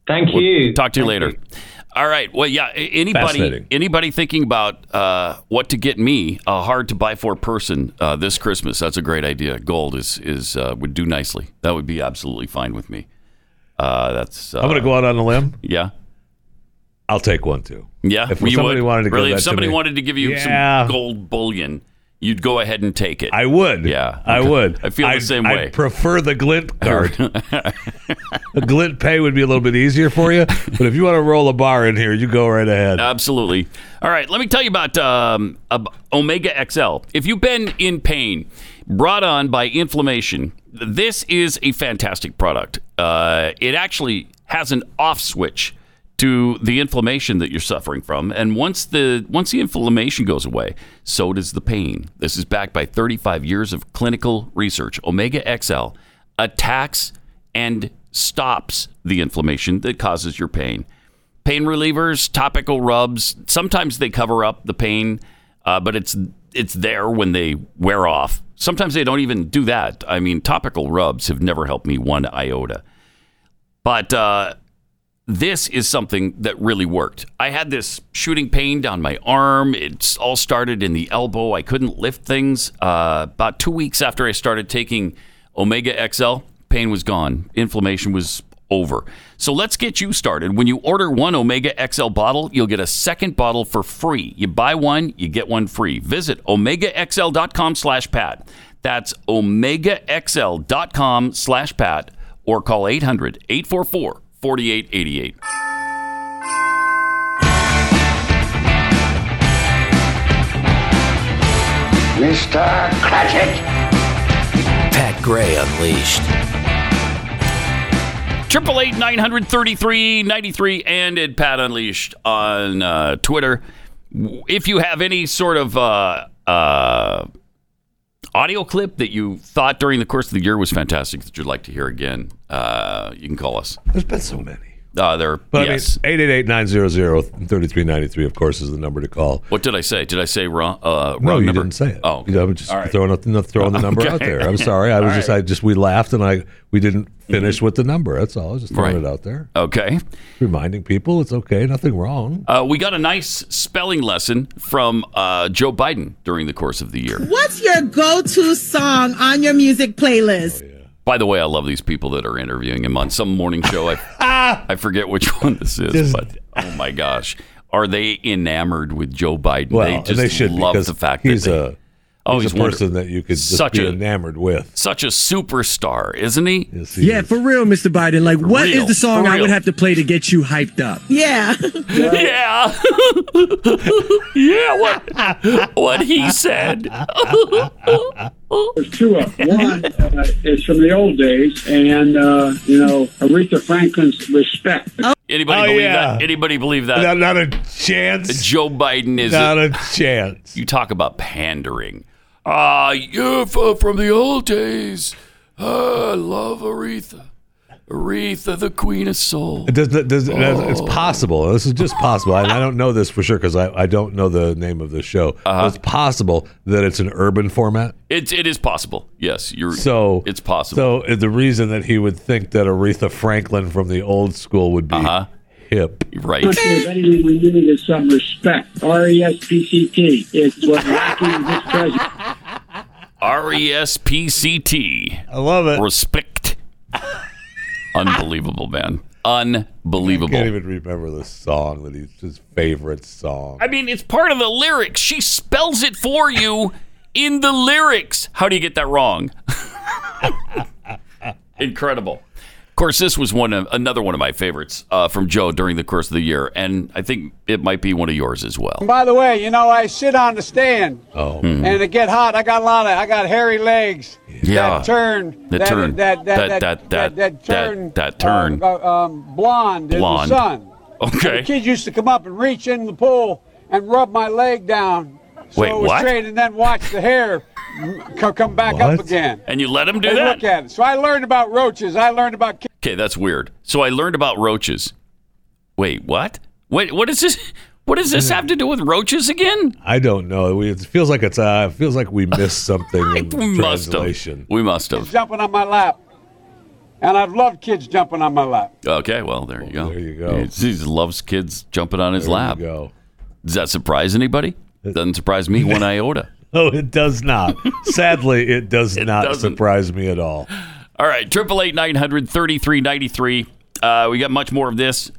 Thank
you. Talk to you later. All right. Well, yeah. a- Anybody,
Fascinating.
anybody thinking about uh, what to get me a hard to buy for person uh, this Christmas? That's a great idea. Gold is is uh, would do nicely. That would be absolutely fine with me. Uh, that's. Uh,
I'm going to go out on a limb.
Yeah.
I'll take one too.
Yeah.
If
you
somebody
would.
wanted to give
really,
that to
if somebody
me-
wanted to give you
Yeah.
some gold bullion, you'd go ahead and take it.
I would.
Yeah.
I
okay.
would.
I feel the same
I
way.
prefer the glint card. the glint pay would be a little bit easier for you, but if you want to roll a bar in here, you go right ahead.
Uh, Absolutely. All right, let me tell you about um, ab- Omega XL. If you've been in pain brought on by inflammation, this is a fantastic product. Uh, it actually has an off switch to the inflammation that you're suffering from, and once the once the inflammation goes away, so does the pain. This is backed by 35 years of clinical research. Omega XL attacks and stops the inflammation that causes your pain pain relievers, topical rubs. Sometimes they cover up the pain, uh, but it's it's there when they wear off. Sometimes they don't even do that. I mean, topical rubs have never helped me one iota. But uh, this is something that really worked. I had this shooting pain down my arm. It's all started in the elbow. I couldn't lift things. Uh, about two weeks after I started taking Omega XL, pain was gone. Inflammation was over. So let's get you started. When you order one Omega XL bottle, you'll get a second bottle for free. You buy one, you get one free. Visit omegaxl.com slash pat. That's omegaxl.com slash pat or call 800 844 4888.
Mr. Cratchit! Pat Gray Unleashed.
Triple eight nine hundred thirty three ninety three and at Pat Unleashed on uh, Twitter. If you have any sort of uh, uh, audio clip that you thought during the course of the year was fantastic that you'd like to hear again, uh, you can call us.
There's been so many.
Uh, there,
But
yes.
I mean, 888-900-3393, of course, is the number to call.
what did I say? Did I say wrong? Uh,
no,
wrong
you
number?
didn't say it.
Oh,
You know, I'm just
All right.
throwing, up, not throwing the number out
Okay.
there. I'm sorry. I was
All Mm-hmm.
just, I just, we laughed and I, we didn't finish with the number. That's all. I was just throwing
Right.
it out there.
Okay.
Reminding people it's okay. Nothing wrong.
Uh, we got a nice spelling lesson from uh, Joe Biden during the course of the year.
What's your go-to song on your music playlist?
By the way, I love these people that are interviewing him on some morning show. I, I forget which one this is,
Just-
but oh my gosh, are they enamored with Joe Biden?
Well,
they
and
just
they should be,
love
'cause
the fact
he's
that they,
a-
oh,
he's a person
wonderful.
that you could just
such
be
a,
enamored with,
such a superstar, isn't he?
yeah, for real, Mr. Biden. Like, what is
real,
the song
for
I
real.
would have to play to get you hyped up?
Yeah.
yeah. yeah, what what he said.
There's two of them. One uh, is from the old days, and uh, you know Aretha Franklin's "Respect."
Anybody
Oh,
believe
yeah.
that? Anybody believe that?
Not, not a chance.
Joe Biden is
Not
a,
chance.
You talk about pandering. Ah, you're f- from the old days. Ah, I love Aretha. Aretha, the queen of soul.
It does, does, It's
Oh.
possible. This is just possible. And I don't know this for sure because I, I don't know the name of the show.
Uh-huh.
But it's possible that it's an urban format.
It, it is possible. Yes, you're.
So
it's possible.
So uh, the reason that he would think that Aretha Franklin from the old school would be hip,
Uh-huh. right?
If there's anything we need is some respect. R E S P C T is what's lacking this president.
R E S P C T. I
love it.
Respect. Unbelievable, man. Unbelievable.
I can't even remember the song that he's his favorite song.
I mean, it's part of the lyrics. She spells it for you in the lyrics. How do you get that wrong? Incredible. Of course, this was one of another one of my favorites uh, from Joe during the course of the year, and I think it might be one of yours as well.
By the way, you know I sit on the stand,
Oh,
and it get hot. I got a lot of I got hairy legs.
Uh,
yeah.
That turn.
The
that,
turn.
That that that
that
that,
that
turn.
that, that turn.
uh, um, blonde,
Blonde.
in the sun.
Okay.
The kids used to come up and reach in the pool and rub my leg down. So
Wait,
it was
what?
straight, and then watch the hair m- co- come back up again.
And you let him do
and
that?
look at it. So I learned about roaches. I learned about ki-
Okay, that's weird. So I learned about roaches. Wait, what? Wait, what is this? What does this have to do with roaches again?
I don't know. We- It feels like it's uh, it feels like we missed something in
We must
translation.
have. We must have.
jumping on my lap, and I've loved kids jumping on my lap.
Okay, well there you go. There you
go.
He, he loves kids jumping on his
There you
lap.
go.
Does that surprise anybody? Doesn't surprise me one iota.
No, Oh, it does not. Sadly, it does not
doesn't.
surprise me at all.
All right, triple eight nine hundred thirty three ninety three. Uh, we got much more of this.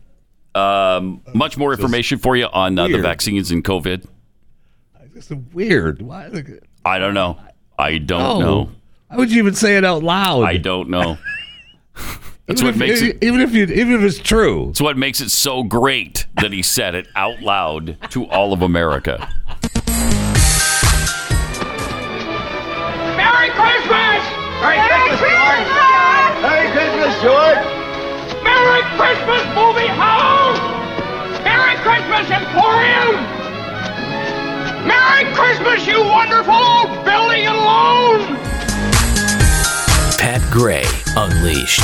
Um, much more information for you on uh, the
weird.
vaccines and COVID.
It's weird. Why?
I don't know. I
No.
don't know.
Oh. Why would you even say it out loud?
I don't know. That's
even
what
if,
makes it.
even if you even if it's true.
It's what makes it so great that he said it out loud to all of America.
Merry Christmas! Merry, Christmas, George! Merry Christmas, George! Merry Christmas, movie house! Merry Christmas, Emporium! Merry Christmas, you wonderful old building and loan!
Pat Gray Unleashed.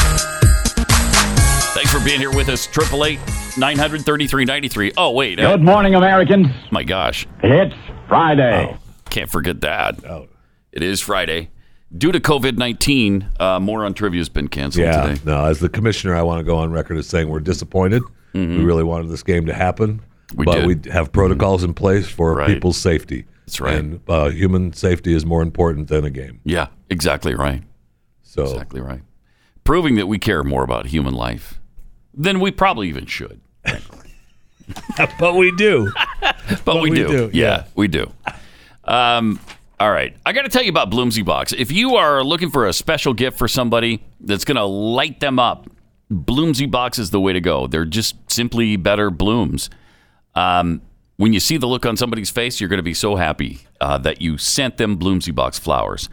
Thanks for being here with us. Triple eight nine hundred thirty three ninety three. Oh wait, uh,
Good morning, Americans.
my gosh,
It's Friday.
Oh. can't forget that. It is Friday. Due to COVID nineteen, uh, more on trivia has been canceled
Yeah.
today.
No, as the commissioner, I want to go on record as saying we're disappointed. We really wanted this game to happen,
Mm-hmm. We
but
did. Mm-hmm.
we have protocols in place for people's safety. That's
right.
And uh, human safety is more important than a game.
Yeah, exactly right.
So
Exactly right. Proving that we care more about human life than we probably even should.
but we do.
but, Oh, we, do. Yeah, we do. Um, all right. I got to tell you about Bloomsy Box. If you are looking for a special gift for somebody that's going to light them up, Bloomsy Box is the way to go. They're just simply better blooms. Um, when you see the look on somebody's face, you're going to be so happy uh, that you sent them Bloomsy Box flowers.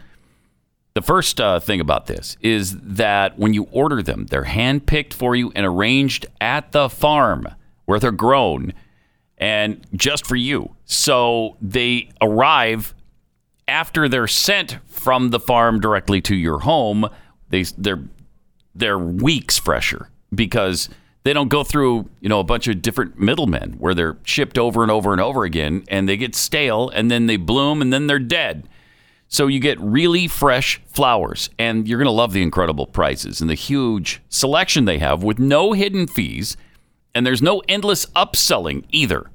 The first uh, thing about this is that when you order them, they're handpicked for you and arranged at the farm where they're grown and just for you. So they arrive after they're sent from the farm directly to your home. They they're they're weeks fresher because they don't go through you know a bunch of different middlemen where they're shipped over and over and over again and they get stale and then they bloom and then they're dead. So you get really fresh flowers, and you're going to love the incredible prices and the huge selection they have with no hidden fees, and there's no endless upselling either.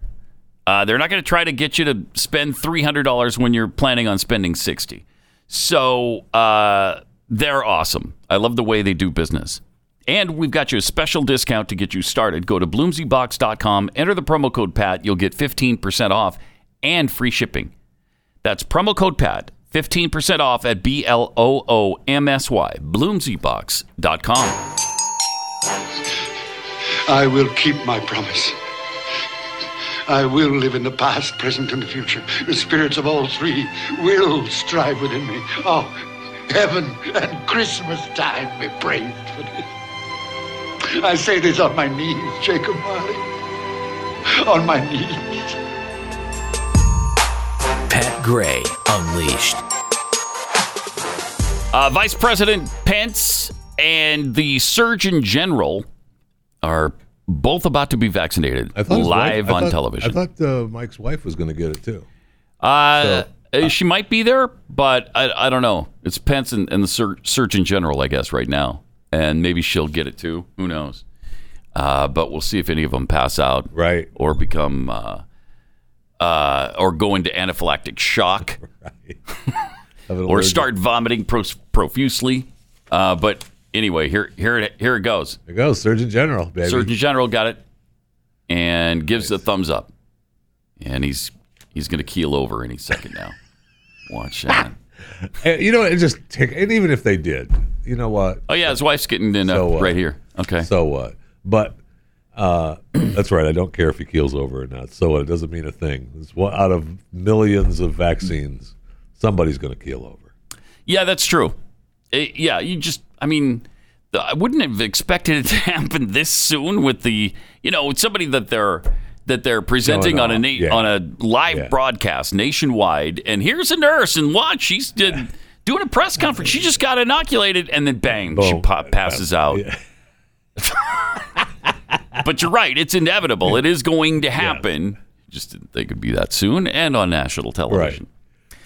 Uh, they're not going to try to get you to spend three hundred dollars when you're planning on spending sixty. So uh, they're awesome. I love the way they do business. And we've got you a special discount to get you started. Go to bloomsybox.com, enter the promo code PAT. You'll get 15% off and free shipping. That's promo code PAT, 15% off at B L O O M S Y, bloomsybox.com.
I will keep my promise. I will live in the past, present, and the future. The spirits of all three will strive within me. Oh, heaven and Christmas time be praised for this. I say this on my knees, Jacob Marley. On my knees.
Pat Gray Unleashed.
Uh, Vice President Pence and the Surgeon General are both about to be vaccinated
his wife-
live
I
on
thought-
television.
I thought uh, Mike's wife was going to get it too.
Uh, uh, she might be there, but I, I don't know. It's Pence and, and the Sur- Surgeon General, I guess, right now, and maybe she'll get it too. Who knows? Uh, but we'll see if any of them pass out, right, or become, uh, uh, or go into anaphylactic shock,
Have an
or
allergic-
start vomiting pros- profusely. Uh, but anyway, here here it here it goes.
There goes Surgeon General, baby.
Surgeon General got it and gives the thumbs up. And he's he's going to keel over any second now. Watch that.
Eh, you know, it just take, and even if they did, you know what?
Oh yeah, his wife's getting in
So
uh,
what?
right here. Okay.
So what? But uh, that's right. I don't care if he keels over or not. So what? It doesn't mean a thing. It's one out of millions of vaccines, somebody's going to keel over.
Yeah, that's true. Eh, yeah, you just I mean, the- I wouldn't have expected it to happen this soon with the, you know, with somebody that they're that they're presenting
no,
on a na-
yeah.
on a live broadcast nationwide and here's a nurse and watch she's did, doing a press conference. She just got inoculated and then bang, she pop, passes out. but you're right. It's inevitable. It is going to happen. Just didn't think it'd be that soon and on national television.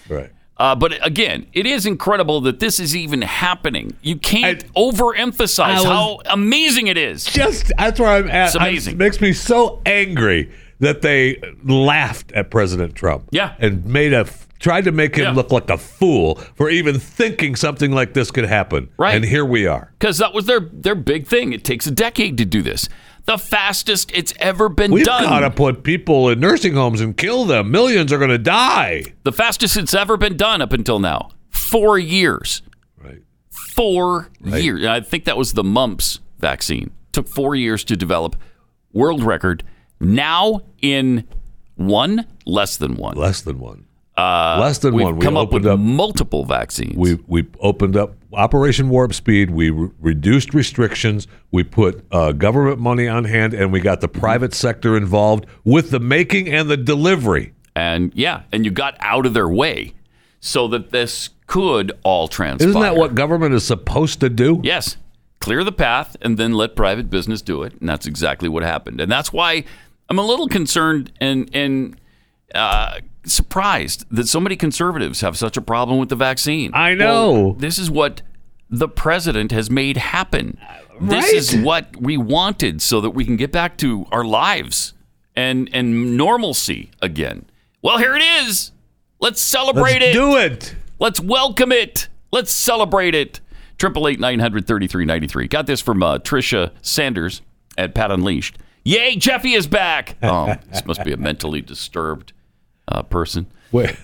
Right. Right.
Uh, but again, it is incredible that this is even happening. You can't overemphasize
I was-
how amazing it is.
Just that's where I'm at.
It's amazing.
It makes me so angry that they laughed at President Trump.
Yeah.
And made a tried to make him
Yeah.
look like a fool for even thinking something like this could happen.
Right.
And here we are.
because that was their their big thing. It takes a decade to do this. The fastest it's ever been
We've
done.
got to put people in nursing homes and kill them. Millions are going to die.
The fastest it's ever been done up until now. Four years.
Right.
Four years. I think that was the mumps vaccine. Took four years to develop. World record. Now in one, less than one.
Less than one.
Uh,
Less than
we've
one. We
Come up with
opened up-
multiple vaccines.
We we opened up Operation Warp Speed. We re- reduced restrictions. We put uh, government money on hand, and we got the private sector involved with the making and the delivery.
and yeah, and you got out of their way so that this could all transpire.
Isn't that what government is supposed to do?
Yes. Clear the path and then let private business do it. And that's exactly what happened. And that's why I'm a little concerned and, and uh, surprised that so many conservatives have such a problem with the vaccine. I
know.
this is what the president has made happen. This
Right.
is what we wanted so that we can get back to our lives and, and normalcy again. Well, here it is. Let's celebrate
Let's
it.
do it.
Let's welcome it. Let's celebrate it. Triple eight nine hundred thirty three ninety three. Got this from uh, Trisha Sanders at Pat Unleashed. Yay, Jeffy is back. Oh, this must be a mentally disturbed uh, person.
Wait,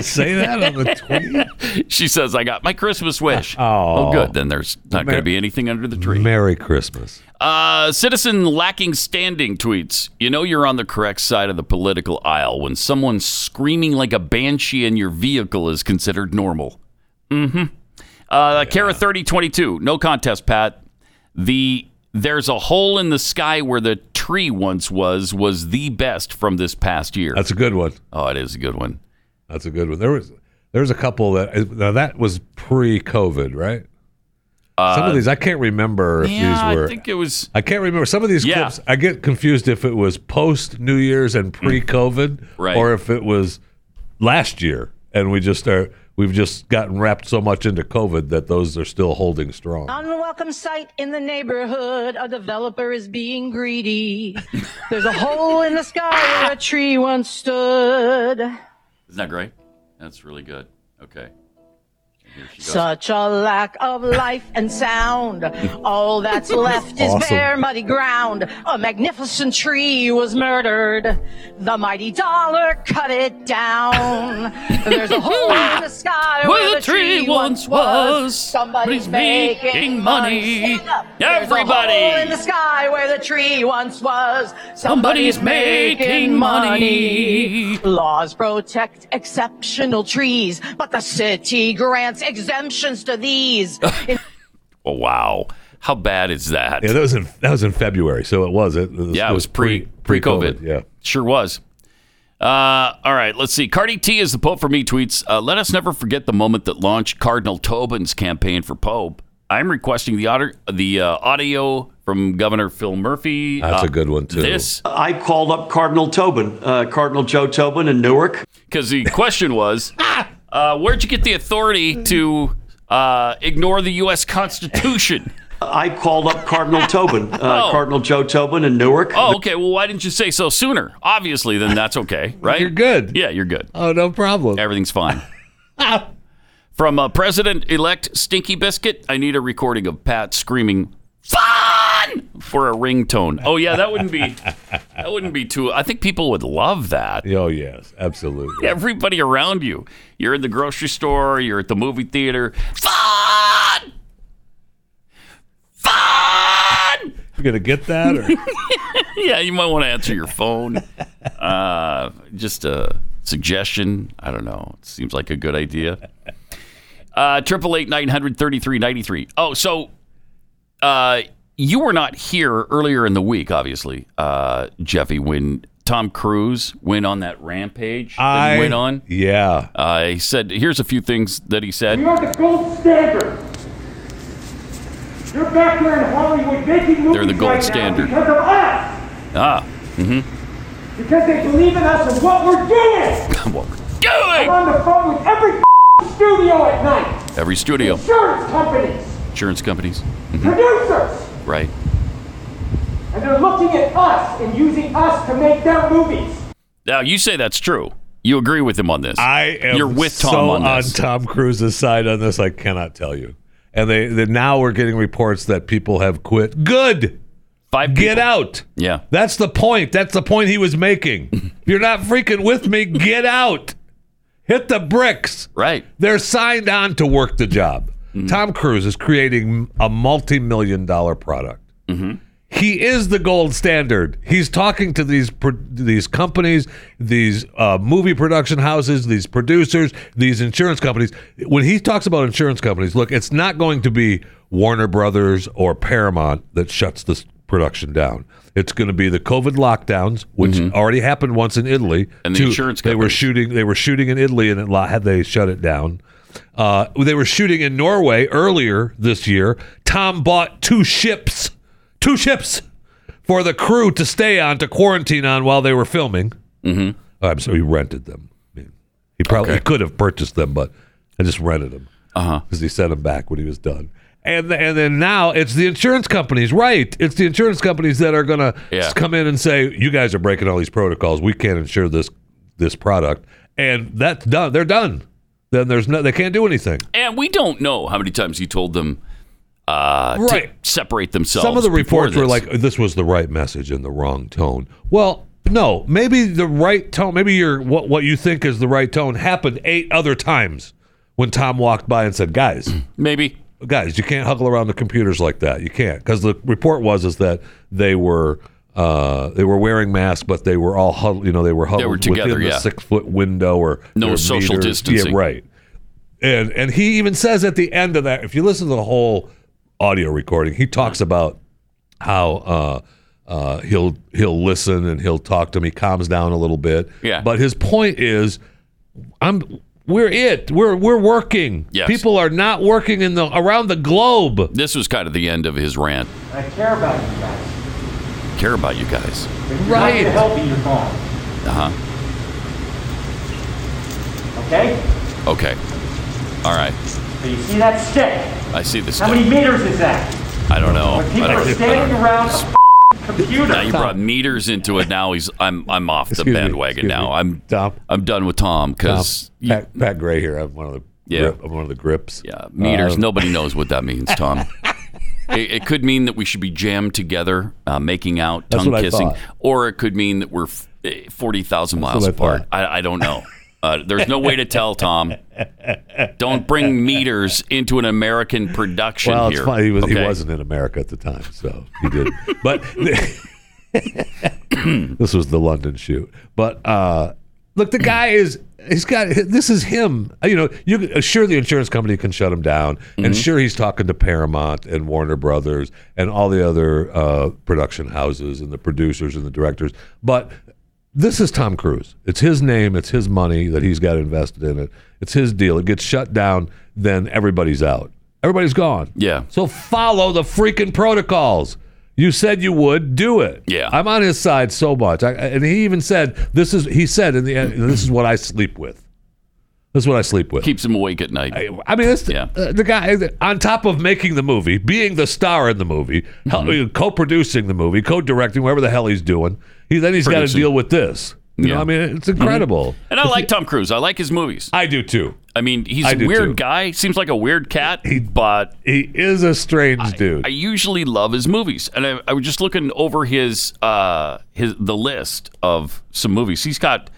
say that on the tweet.
She says, "I got my Christmas wish." Oh, good. Then there's not going to be anything under the tree.
Merry Christmas.
Uh, citizen lacking standing tweets. You know you're on the correct side of the political aisle when someone screaming like a banshee in your vehicle is considered normal. Mm-hmm. Uh, Kara thirty twenty two. No contest, Pat. The there's a hole in the sky where the tree once was was the best from this past year.
That's a good one.
Oh, it is a good one.
That's a good one. There was there was a couple that now that was pre-COVID, right? Some of these I can't remember if
Uh, yeah,
these were.
I think it was.
I can't remember some of these
Yeah. Mm.
clips. I get confused if it was post New Year's and pre-COVID,
Right.
or if it was last year and we just are we've just gotten wrapped so much into COVID that those are still holding strong.
Unwelcome sight in the neighborhood. A developer is being greedy. There's a hole in the sky where a tree once stood.
Isn't that great? That's really good. Okay.
Such a lack of life and sound. All that's left is
Awesome.
bare muddy ground. A magnificent tree was murdered. The mighty dollar cut it down. There's a hole in the sky where, the tree, once was. Somebody's making money. There's a hole in
Everybody.
the sky where the tree once was.
Somebody's making money.
Laws protect exceptional trees, but the city grants exemptions to these. In-
Oh, wow. How bad is that?
Yeah, that was in that was in February, so it was it.
Yeah, it was pre pre COVID.
Yeah,
sure was. Uh, all right, let's see. Cardi T is the Pope for me tweets. Uh, Let us never forget the moment that launched Cardinal Tobin's campaign for Pope. I'm requesting the audio, the uh, audio from Governor Phil Murphy.
that's
Uh,
a good one too.
This
I called up Cardinal Tobin, uh, Cardinal Joe Tobin in Newark.
because the question was,
Ah!
uh, where'd you get the authority to uh, ignore the U.S. Constitution?
I called up Cardinal Tobin, uh,
Oh.
Cardinal Joe Tobin in Newark.
Oh, okay. Well, why didn't you say so sooner? Obviously, then that's okay, right? You're
good.
Yeah, you're good.
Oh, no problem.
Everything's fine. From uh, President elect Stinky Biscuit, I need a recording of Pat screaming "Fun" for a ringtone. Oh yeah, that wouldn't be that wouldn't be too. I think people would love that.
Oh yes, absolutely.
Everybody around you. You're in the grocery store. You're at the movie theater.
You gonna get that? Or?
yeah, you might want to answer your phone. Uh, just a suggestion. I don't know. It seems like a good idea. Uh, Triple eight nine hundred thirty three ninety three. Oh, so uh, you were not here earlier in the week, obviously, uh, Jeffy, when Tom Cruise went on that rampage. that he
I-
went on.
Yeah.
Uh, he said, "Here's a few things that he said."
You're the gold standard. You're back here in Hollywood making movies
They're the gold
right now
standard.
because of us,
Ah. hmm
because they believe in us and what we're doing.
well,
I'm on the phone with every studio at night,
every studio,
insurance companies,
insurance companies,
Mm-hmm.
producers,
right?
and they're looking at us and using us to make their movies.
Now you say that's true. You agree with him on this.
I am
You're with Tom
so
on this.
Tom Cruise's side on this. I cannot tell you. And they, they now we're getting reports that people have quit. Good.
Five.
Get out.
Yeah.
That's the point. That's the point he was making. You're not freaking with me. Get out. Hit the bricks.
Right. Mm-hmm.
They're signed on to work the job. Tom Cruise is creating a multi-million dollar product.
Mm-hmm.
He is the gold standard. He's talking to these pro- these companies, these uh, movie production houses, these producers, these insurance companies. When he talks about insurance companies, look, it's not going to be Warner Brothers or Paramount that shuts this production down. It's going to be the COVID lockdowns, which already happened once in Italy.
Mm-hmm. And the insurance
They were shooting. They were shooting in Italy, and it, lo- had they shut it down. Uh, they were shooting in Norway earlier this year. Tom bought two ships, two ships for the crew to stay on to quarantine on while they were filming. Mm-hmm. I'm sorry, he rented them. I mean, he probably he could have purchased them, but I just rented them because
Uh-huh.
he sent them back when he was done. And th- and then now it's the insurance companies, right? It's the insurance companies that are gonna
Yeah.
come in and say, "You guys are breaking all these protocols. We can't insure this this product," and that's done. They're done. Then there's no, they can't do anything.
And we don't know how many times he told them uh,
Right.
to separate themselves.
Some of the
before
reports were
this.
like, "This was the right message in the wrong tone." Well, no, maybe the right tone, maybe your what what you think is the right tone happened eight other times when Tom walked by and said, "Guys,
maybe."
Guys, you can't huddle around the computers like that. You can't, because the report was is that they were uh, they were wearing masks, but they were all huddled. You know, they were huddled
were together,
within the
yeah.
six foot window or
No
or
social
meters.
distancing.
Yeah, right. And and he even says at the end of that, if you listen to the whole audio recording, he talks about how uh, uh, he'll he'll listen and he'll talk to him. He calms down a little bit.
Yeah.
But his point is, I'm we're it. We're we're working.
Yes.
People are not working in the around the globe.
This was kind of the end of his rant.
I care about you guys.
Care about you guys.
If you want me to
Right.
help you, you're gone.
Uh huh.
Okay?
Okay. All right.
So you see that stick?
I see this.
How many meters is that?
I don't
Oh,
know.
When people
I don't,
are
I don't-
standing around a computer.
Now you brought meters into it. Now he's I'm I'm off the
Excuse me,
bandwagon.
excuse
now
me.
I'm
Tom.
I'm done with Tom because
Tom, Pat, Pat Gray here. I'm one of the
Yeah.
grip- I'm one of the grips. Yeah,
meters. nobody knows what that means, Tom. it, it could mean that we should be jammed together, uh, making out,
That's
tongue
what I
kissing,
thought.
or it could mean that we're f- eh, forty thousand miles
what I
apart. I, I don't know. Uh, there's no way to tell, Tom. Don't bring meters into an American production
Well,
here.
it's funny. He, was,
okay?
he wasn't in America at the time, so he did. but this was the London shoot. But uh, Look, the guy is he's got this is him. Uh, You know, you sure the insurance company can shut him down, and sure he's talking to Paramount and Warner Brothers and all the other uh, production houses and the producers and the directors. But this is Tom Cruise. It's his name. It's his money that he's got invested in it. It's his deal. It gets shut down, then everybody's out. Everybody's gone.
Yeah.
So follow the freaking protocols. You said you would do it.
Yeah.
I'm on his side so much. I, and he even said, this is, he said in the end, this is what I sleep with. This is what I sleep with.
Keeps him awake at night. I,
I mean, this, uh, the guy, on top of making the movie, being the star in the movie, hel-
Mm-hmm.
co producing the movie, co directing, whatever the hell he's doing, he, then he's got to
Producing.
deal with this. You know,
Yeah. Mm-hmm.
I mean, it's incredible.
And I like Tom Cruise. I like his movies.
I do too.
I mean, he's
I
a
do
weird
too.
guy. Seems like a weird cat, but
he is a strange dude.
I usually love his movies, and I, I was just looking over his uh, his the list of some movies. He's got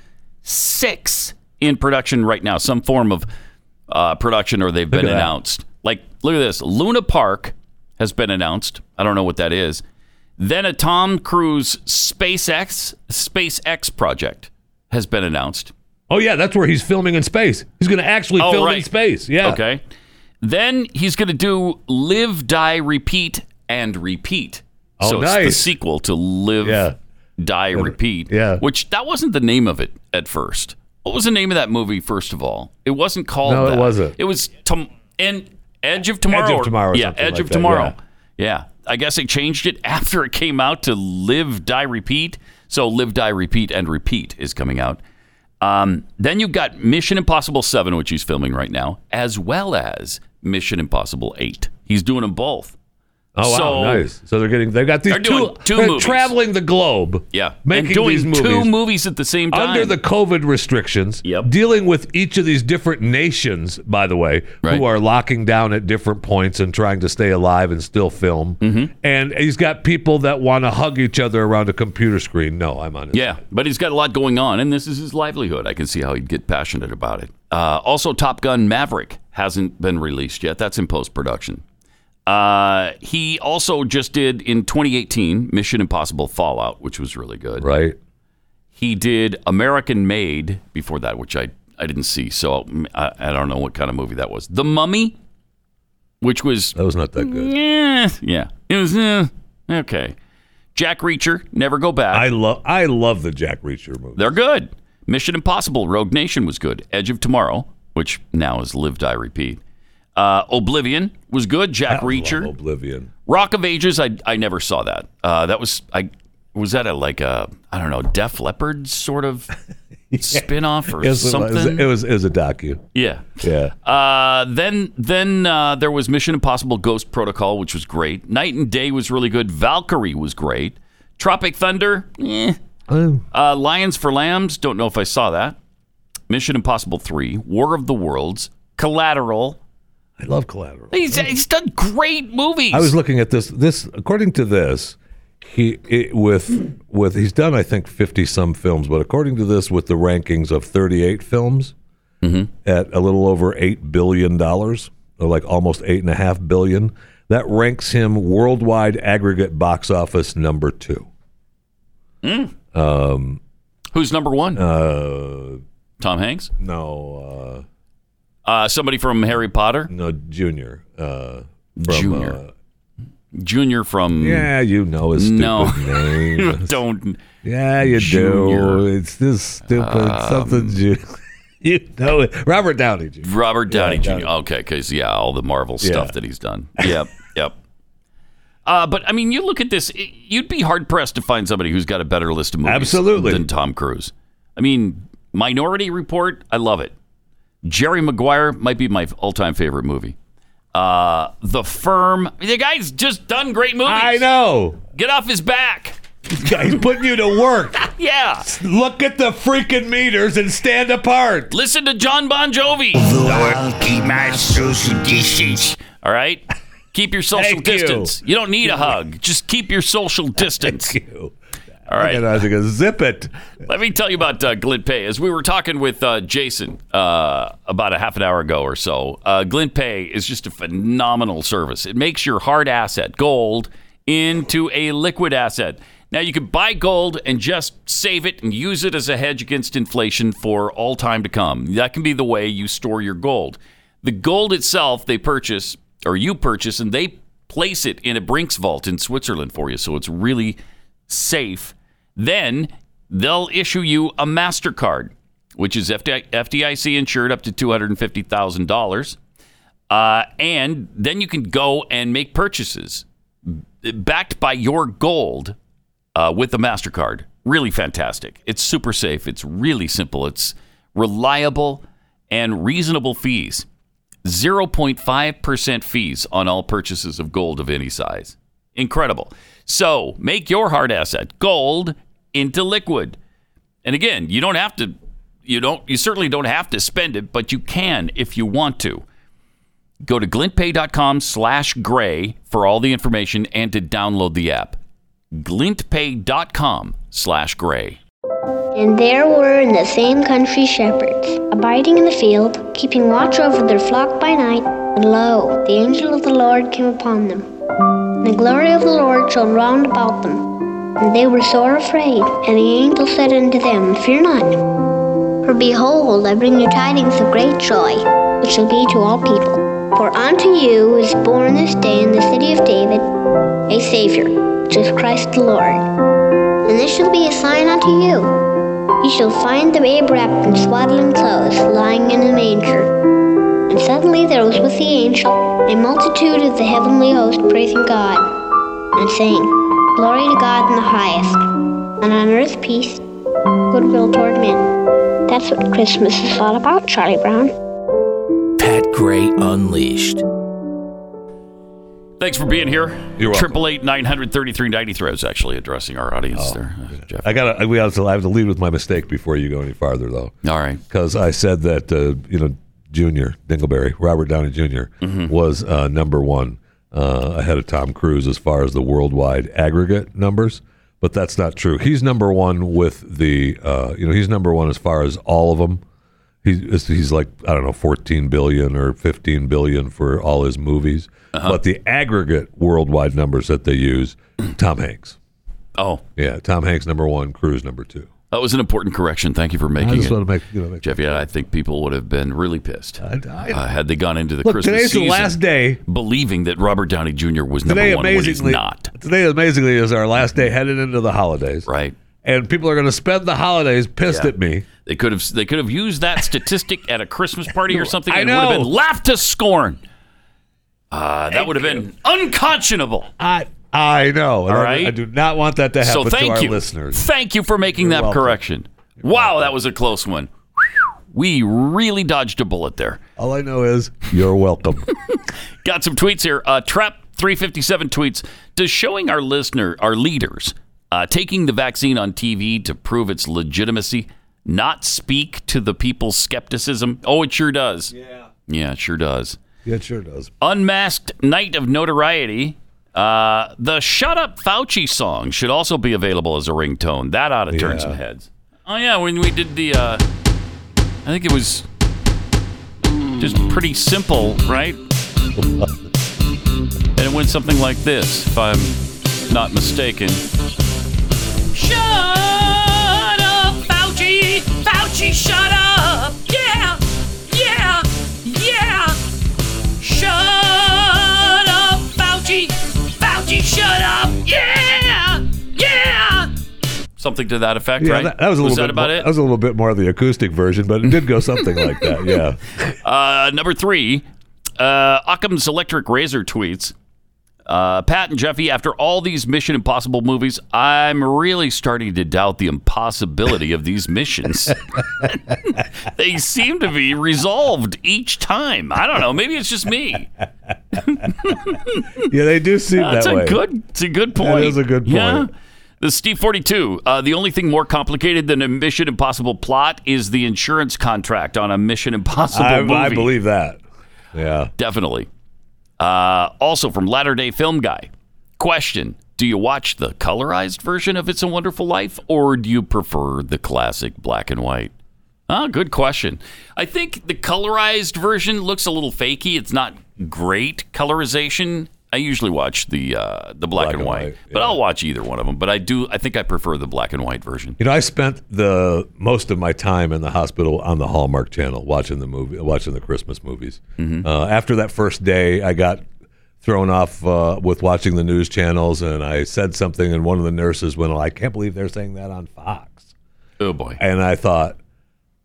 six in production right now, some form of uh, production, or they've
Look
been
at that.
announced. Like, look at this: Luna Park has been announced. I don't know what that is. Then a Tom Cruise SpaceX SpaceX project has been announced.
oh, yeah, that's where he's filming in space. He's going to actually film in space. Yeah.
Oh, Okay. Then he's going to do Live, Die, Repeat, and Repeat.
Oh,
so it's the
nice.
sequel to Live, Die, Repeat.
yeah.
Which that wasn't the name of it at first. What was the name of that movie, first of all? It wasn't called
No, it
that.
wasn't.
It was tom- and Edge of Tomorrow.
of Tomorrow or
Yeah,
something
Edge
like
of
that,
Tomorrow. Yeah. I guess they changed it after it came out to Live, Die, Repeat. So Live, Die, Repeat, and Repeat is coming out. Um, then you've got Mission Impossible 7, which he's filming right now, as well as Mission Impossible 8. He's doing them both.
Oh, wow.
So-
nice. So they're getting, they've got these
They're doing two
they're
movies.
traveling the globe.
Yeah.
Making
and doing
these movies.
two movies at the same time.
under the COVID restrictions, dealing with each of these different nations, by the way, who are locking down at different points and trying to stay alive and still film.
Mm-hmm.
And he's got people that want to hug each other around a computer screen. No, I'm on it.
Yeah, but he's got a lot going on, and this is his livelihood. I can see how he'd get passionate about it. Uh, also, Top Gun Maverick hasn't been released yet. That's in post production. Uh, he also just did in 2018 Mission Impossible Fallout, which was really good.
Right.
He did American Made before that, which I, I didn't see, so I, I don't know what kind of movie that was. The Mummy, which was
that was not that good.
Yeah, yeah, it was eh, okay. Jack Reacher, Never Go Back. I
love I love the Jack Reacher movies.
They're good. Mission Impossible, Rogue Nation was good. Edge of Tomorrow, which now is Live Die Repeat. Uh, Oblivion was good. Jack Reacher.
Oblivion.
Rock of Ages, I I never saw that. Uh, that was I was that a like a I don't know Def Leppard sort of spin-off or
Yes, it was.
something.
It was, it was a docu.
yeah.
Yeah.
Uh, then then uh, there was Mission Impossible Ghost Protocol, which was great. Night and Day was really good. Valkyrie was great. Tropic Thunder, eh.
Oh.
Uh, Lions for Lambs, don't know if I saw that. Mission Impossible 3, War of the Worlds, Collateral.
I love Collateral.
He's, he's done great movies.
I was looking at this. This, according to this, he it, with with he's done I think fifty some films, but according to this, with the rankings of thirty eight films
Mm-hmm.
at a little over eight billion dollars, or like almost eight and a half billion, that ranks him worldwide aggregate box office number two.
Mm.
Um,
Who's number one?
Uh,
Tom Hanks?
No.
Uh, somebody from Harry Potter?
No, Junior. Uh,
junior. junior from.
Yeah, you know his stupid
No.
name.
don't.
Yeah, you do.
Junior.
It's this stupid
Um,
something. Ju- you know it. Robert Downey Jr.
Robert Downey
Yeah,
Jr.
Downey.
Okay, because, yeah, all the Marvel stuff
Yeah.
that he's done. Yep, yep. Uh, but I mean, you look at this, it- you'd be hard pressed to find somebody who's got a better list of movies
Absolutely.
than Tom Cruise. I mean, Minority Report, I love it. Jerry Maguire might be my all time favorite movie. Uh, the Firm, the guy's just done great movies.
I know.
Get off his back.
He's putting you to work.
Yeah.
Look at the freaking meters and stand apart.
Listen to John Bon Jovi. I'll keep my social distance. All right? Keep your social
Thank you.
distance. You. don't need a hug. Just keep your social distance. All right.
And I was like, zip it.
Let me tell you about uh, Glint Pay. As we were talking with uh, Jason uh, about a half an hour ago or so, uh, Glint Pay is just a phenomenal service. It makes your hard asset, gold, into a liquid asset. Now you can buy gold and just save it and use it as a hedge against inflation for all time to come. That can be the way you store your gold. The gold itself they purchase or you purchase and they place it in a Brinks vault in Switzerland for you so it's really safe. Then they'll issue you a MasterCard, which is FDI- FDIC insured up to $250,000. Uh, and then you can go and make purchases backed by your gold uh, with the MasterCard. Really fantastic. It's super safe. It's really simple. It's reliable and reasonable fees 0.5% fees on all purchases of gold of any size. Incredible. So make your hard asset, gold, into liquid. And again, you don't have to, you don't, you certainly don't have to spend it, but you can if you want to. Go to glintpay.com slash gray for all the information and to download the app. glintpay.com slash gray.
And there were in the same country shepherds, abiding in the field, keeping watch over their flock by night. And lo, the angel of the Lord came upon them. And the glory of the Lord shone round about them. And they were sore afraid. And the angel said unto them, Fear not. For behold, I bring you tidings of great joy, which shall be to all people. For unto you is born this day in the city of David a Savior, which is Christ the Lord. And this shall be a sign unto you. You shall find the babe wrapped in swaddling clothes, lying in a manger. And suddenly there was with the angel a multitude of the heavenly host praising God, and saying, Glory to God in the highest, and on earth peace, goodwill toward men. That's what Christmas is all about, Charlie Brown.
Pat Gray Unleashed.
Thanks for being here. You're welcome. Triple eight nine hundred thirty three ninety three. I was actually addressing our audience
Oh.
there. Uh, Jeff.
I got. to We have to. I have to lead with my mistake before you go any farther, though.
All right.
Because I said that uh, you know Junior Dingleberry, Robert Downey junior
Mm-hmm.
was uh, number one uh, ahead of Tom Cruise as far as the worldwide aggregate numbers, but that's not true. He's number one with the uh, you know he's number one as far as all of them. He's he's like I don't know fourteen billion or fifteen billion for all his movies,
Uh-huh.
but the aggregate worldwide numbers that they use, Tom Hanks.
Oh,
Yeah, Tom Hanks number one, Cruise number two.
that was an important correction. Thank you for making
I just
it.
want to make you know. Make,
Jeff, yeah, I think people would have been really pissed uh, had they gone into the
Look,
Christmas
today's the
season
last day.
believing that Robert Downey Jr. was
today
number one when he's
amazingly
not.
today amazingly is our last day headed into the holidays
right
and people are going to spend the holidays pissed
Yeah.
at me
They could have they could have used that statistic at a Christmas party or something
I
and it would have
know.
been laughed to scorn. Uh, that would have been unconscionable.
i i know and
All
I-
right.
I, do not want that to happen
so thank
to our
you.
listeners
Thank you for making that
welcome.
correction. wow, that was a close one. We really dodged a bullet there.
all i know is you're welcome
Got some tweets here. Uh, Trap three fifty seven tweets. Does showing our listener, our leaders, uh, taking the vaccine on TV to prove its legitimacy, not speak to the people's skepticism? Oh, it sure does. Yeah. Yeah, it sure does.
yeah it sure does
Unmasked Night of Notoriety. Uh, the Shut Up Fauci song should also be available as a ringtone. That ought to turn
Yeah.
some heads. Oh, yeah, when we did the, uh, I think it was just pretty simple, right? and it went something like this, if I'm not mistaken.
Shut up, Fauci! Fauci, shut up! Yeah! Yeah! Yeah! Shut up, Fauci! Fauci, shut up! Yeah! Yeah!
Something to that effect,
yeah
right?
that, that was a little
that
bit
about
more,
it?
that was a little bit more of the acoustic version but it did go something like that yeah
Uh, number three, uh, Occam's Electric Razor tweets. Uh, Pat and Jeffy, after all these Mission Impossible movies, I'm really starting to doubt the impossibility of these missions. they seem to be resolved E, each time. I don't know. Maybe it's just me.
yeah they do seem
That's
that
a
way
good. It's a good point.
That is a good point.
Yeah. The Steve 42. Uh, the only thing more complicated than a Mission Impossible plot is the insurance contract on a Mission Impossible
I,
movie.
I believe that yeah
Definitely. Uh, also from Latter Day Film Guy. Question: Do you watch the colorized version of It's a Wonderful Life, or do you prefer the classic black and white? Ah, good question. I think the colorized version looks a little fakey. It's not great colorization. I I usually watch the uh, the black, and white, but I'll watch either one of them. But I do. I think I prefer the black and white version.
You know, I spent the most of my time in the hospital on the Hallmark Channel watching the movie, watching the Christmas movies.
Mm-hmm.
Uh, after that first day, I got thrown off uh, with watching the news channels, and I said something, and one of the nurses went, "I can't believe they're saying that on Fox."
Oh boy!
And I thought.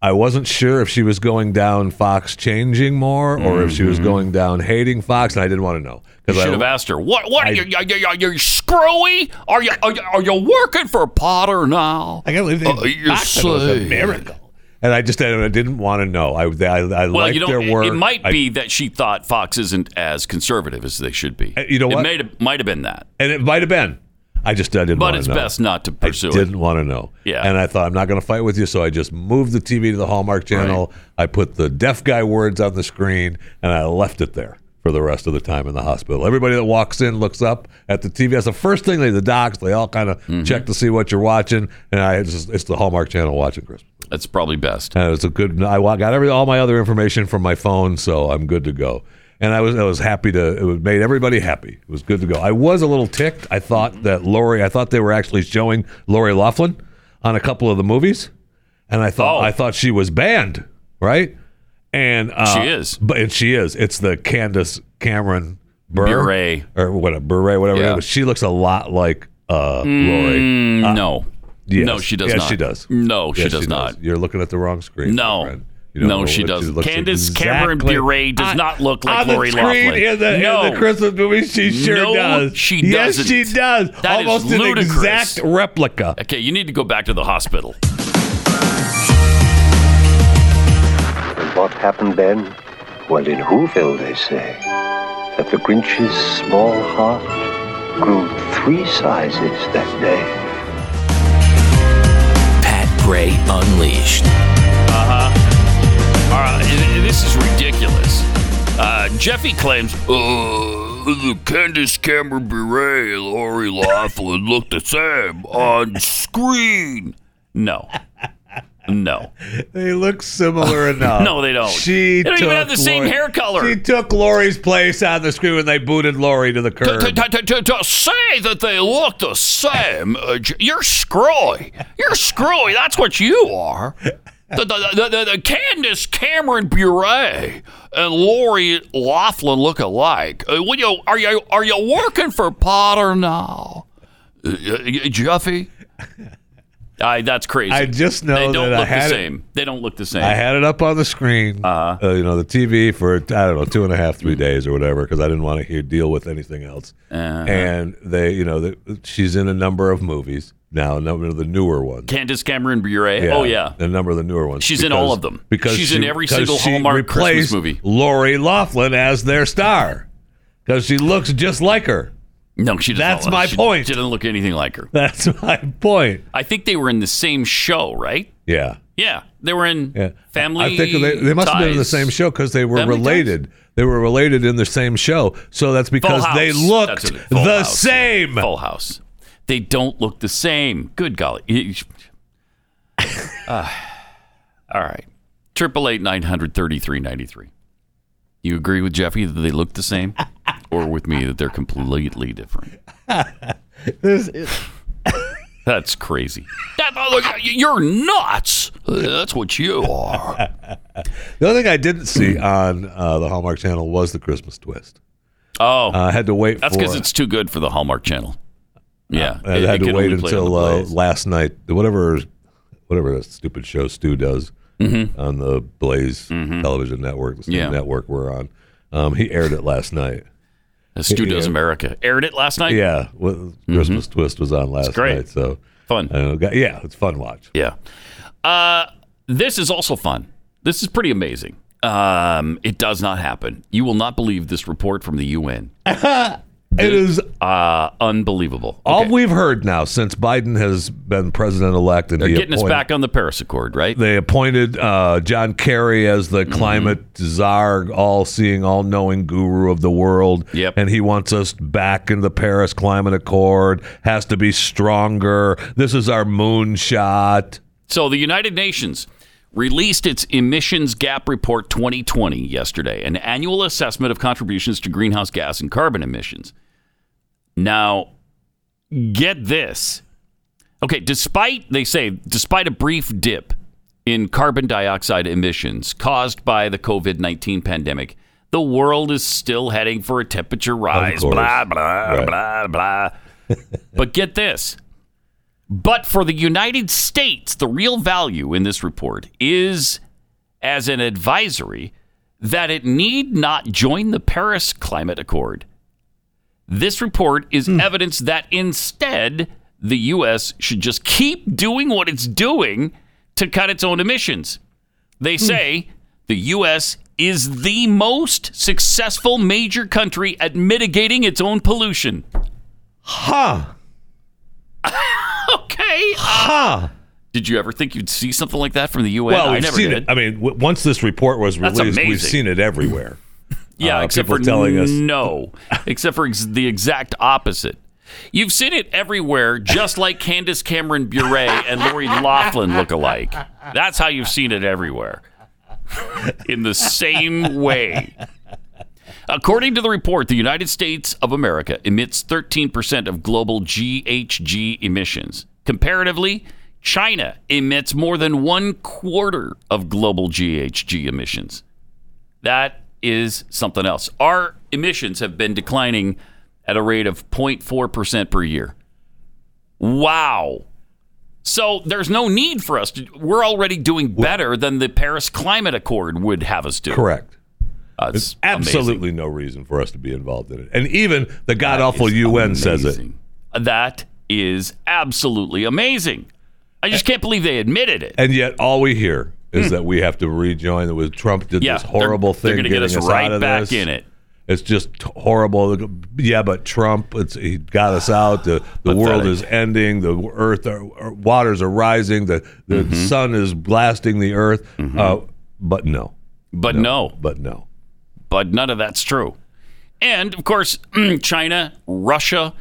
I wasn't sure if she was going down Fox changing more or if she was
Mhm.
going down hating Fox, and I didn't want to know.
You
I
should have asked her. What? What?
I-
are, you, are, you, are you screwy? Are you, are you are you working for Potter now?
I can't believe they
Uh, you
backed it. It was a
see.
miracle. And I just I didn't want to know. I I, I
Well,
liked
you know,
their
it-
work.
it might
I-
be that she thought Fox isn't as conservative as they should be.
Uh, you know
It
what?
may have- might have been that.
and it might have been. I just I didn't.
But
wanna
it's
know.
best not to
I
pursue it.
didn't want to know.
Yeah.
And I thought I'm not going to fight with you, so I just moved the TV to the Hallmark Channel. I put the deaf guy words on the screen, and I left it there for the rest of the time in the hospital. Everybody that walks in looks up at the TV. That's the first thing they, the docs, they all kind of
Mm-hmm.
check to see what you're watching, and I it's just it's the Hallmark Channel watching Christmas.
That's probably best.
And it was a good. I wa- got every all my other information from my phone, so I'm good to go. And I was I was happy to. It was- made everybody happy. It was good to go. I was a little ticked. I
Mm-hmm.
thought that Lori. I thought they were actually showing Lori Laughlin on a couple of the movies, and I thought
Oh.
I thought she was banned, right? And uh,
She is.
but and she is. It's the Candace Cameron Burr
Bure.
or whatever Bure, whatever.
Yeah.
It was. She looks a lot like uh,
Mm,
Lori. Uh,
no.
yes.
No, she does
Yes,
not.
she does.
No, she
Yes,
does not.
You're looking at the wrong screen. my
No.
friend. You don't know
No, she
what
doesn't.
looks
Candace Cameron
exactly-
Bure does
On-
not look like
on the
Lori
screen
Loughlin.
in the- in
no.
the Christmas movie, she sure
no,
does.
She
Yes,
doesn't.
she does.
That is
Almost an
ludicrous.
exact replica.
Okay, you need to go back to the hospital.
And what happened then? Well, in Whoville, they say that the Grinch's small heart grew three sizes that day.
Pat Gray Unleashed.
Uh huh. All right, th- th- this is ridiculous. Uh, Jeffy claims, uh, the Candace Cameron Bure, Lori Laughlin look the same on screen. No. No.
They look similar enough.
No, they don't.
She
They don't even
took
have the same
Lori-
hair color.
She took Lori's place on the screen when they booted Lori to the
To,
curb.
to- to- to- to say that they look the same, uh, j- you're screwy. You're screwy. That's what you are. The, the, the, the, the Candace Cameron Bure and Lori Laughlin look alike. Uh, will you, are, you, are you working for Potter now? Uh, uh, Jeffy? I, that's crazy.
I just know
they don't
that I
look the
had it-
same. They don't look the same.
I had it up on the screen,
Uh-huh.
uh you know, the TV for I don't know two and a half, three days or whatever, because I didn't want to hear, deal with anything else.
Uh-huh.
And they, you know, the, she's in a number of movies now, a number of the newer ones.
Candace Cameron Bure. Oh yeah,
a number of the newer ones.
She's in all of them.
because
She's
she-
in every
because
single
she
Hallmark Christmas
replaced
movie.
Lori Laughlin as their star because she looks just like her.
No, she. Doesn't
That's
look-
my
she-
point.
She doesn't look anything like her.
That's my point.
I think they were in the same show, right?
Yeah.
Yeah, they were in
Yeah.
Family.
I think they, they must have been in the
Ties.
same show because they were
Family Ties?
related. They were related in the same show, so that's because
Full
they
House.
looked
That's what it- Full
the
House.
same.
Full House. They don't look the same. Good golly. You- you- Ah. all right. Triple eight nine hundred thirty three ninety three. You agree with Jeffy that they look the same, or with me that they're completely different?
This is-
That's crazy. That, oh, look, you're nuts. That's what you are.
The only thing I didn't see on uh, the Hallmark Channel was the Christmas twist.
Oh,
Uh, I had to wait.
that's
for
because it's too good for the Hallmark Channel. Yeah,
I
it- it
Um, had
can
to wait
only play on
until
the
uh,
plays.
last night. Whatever, whatever that stupid show Stu does on the Blaze Television Network, the same
Mm-hmm. Yeah.
network we're on. Um, he aired it last night.
Uh, Stu does
Yeah.
America aired it last night. Mm-hmm.
Yeah, well, Christmas Twist was on last
great.
night, so Uh,
fun.
yeah, it's fun watch.
Yeah. Uh, this is also fun. This is pretty amazing. Um, it does not happen. You will not believe this report from the UN.
It is
uh, unbelievable.
all we've heard now since Biden has been president elect, and
They're
he
getting us
appointed-
back on the Paris Accord, right? Mm-hmm.
They appointed uh, John Kerry as the climate czar, all-seeing, all-knowing guru of the world. Yep. And he wants us back in the Paris Climate Accord. Has to be stronger. This is our moonshot.
So the United Nations released its Emissions Gap Report 2020 yesterday, an annual assessment of contributions to greenhouse gas and carbon emissions. Now, get this. Okay, despite, they say, despite a brief dip in carbon dioxide emissions caused by the COVID 19 pandemic, the world is still heading for a temperature rise.
course.
Blah, blah,
Right.
blah, blah. but get this. But for the United States, the real value in this report is as an advisory that it need not join the Paris Climate Accord. This report is
Hmm.
evidence that instead the U.S. should just keep doing what it's doing to cut its own emissions. They
Hmm.
say the U.S. is the most successful major country at mitigating its own pollution.
Huh.
okay. uh,
Huh.
Did you ever think you'd see something like that from the UN?
well,
I
we've
never
seen
did.
it. I mean, w- once this report was
That's
released, we've
amazing.
seen it everywhere.
Yeah,
Uh,
except
people
for
telling us-
no, except for ex- the exact opposite. You've seen it everywhere, just like Candace Cameron Bure and Lori Laughlin look alike. That's how you've seen it everywhere, in the same way. According to the report, the United States of America emits 13% of global GHG emissions. Comparatively, China emits more than one quarter of global GHG emissions. That is something else. Our emissions have been declining at a rate of 0.4% per year. Wow. So there's no need for us to, we're already doing better than the Paris Climate Accord would have us do.
Correct.
There's
absolutely no reason for us to be involved in it. And even the god awful UN says it.
That is absolutely amazing. I just can't believe they admitted it.
And yet, all we hear is that we have to rejoin. That was Trump did
Hmm. Yeah,
this horrible
they're- they're
thing.
gonna get
getting
us right
out of
back
this.
in it.
It's just horrible. Yeah, but Trump, it's, he got us out. The, the world is ending. The earth, are, are- waters are rising. The the
Mm-hmm.
sun is blasting the earth. Uh, but no.
But no.
But no.
But none of that's true. And of course, China, Russia,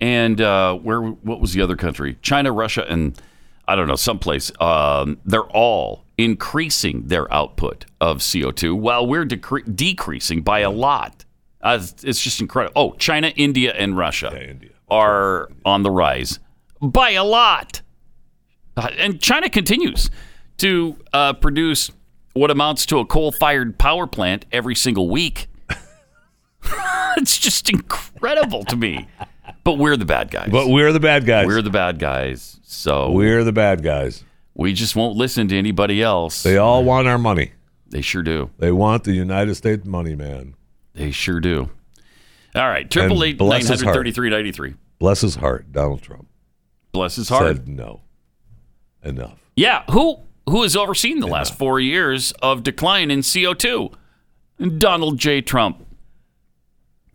and uh, where? What was the other country? China, Russia, and I don't know, someplace. Um, they're all increasing their output of CO2 while we're decre- decreasing by a lot. Uh, it's- it's just incredible. Oh, China, India, and Russia are on the rise by a lot. Uh, And China continues to uh, produce what amounts to a coal fired power plant every single week. it's just incredible to me. But we're the bad guys.
But we're the bad guys.
We're the bad guys. So
We're the bad guys.
we just won't listen to anybody else.
They all want our money.
They sure do.
They want the United States money, man.
They sure do. All right. Triple eight nine
bless his
hundred
heart.
thirty three ninety three.
Bless his heart, Donald Trump
Bless his heart.
said no. Enough.
Yeah, who who has overseen the last four years of decline in CO two? Donald J. Trump.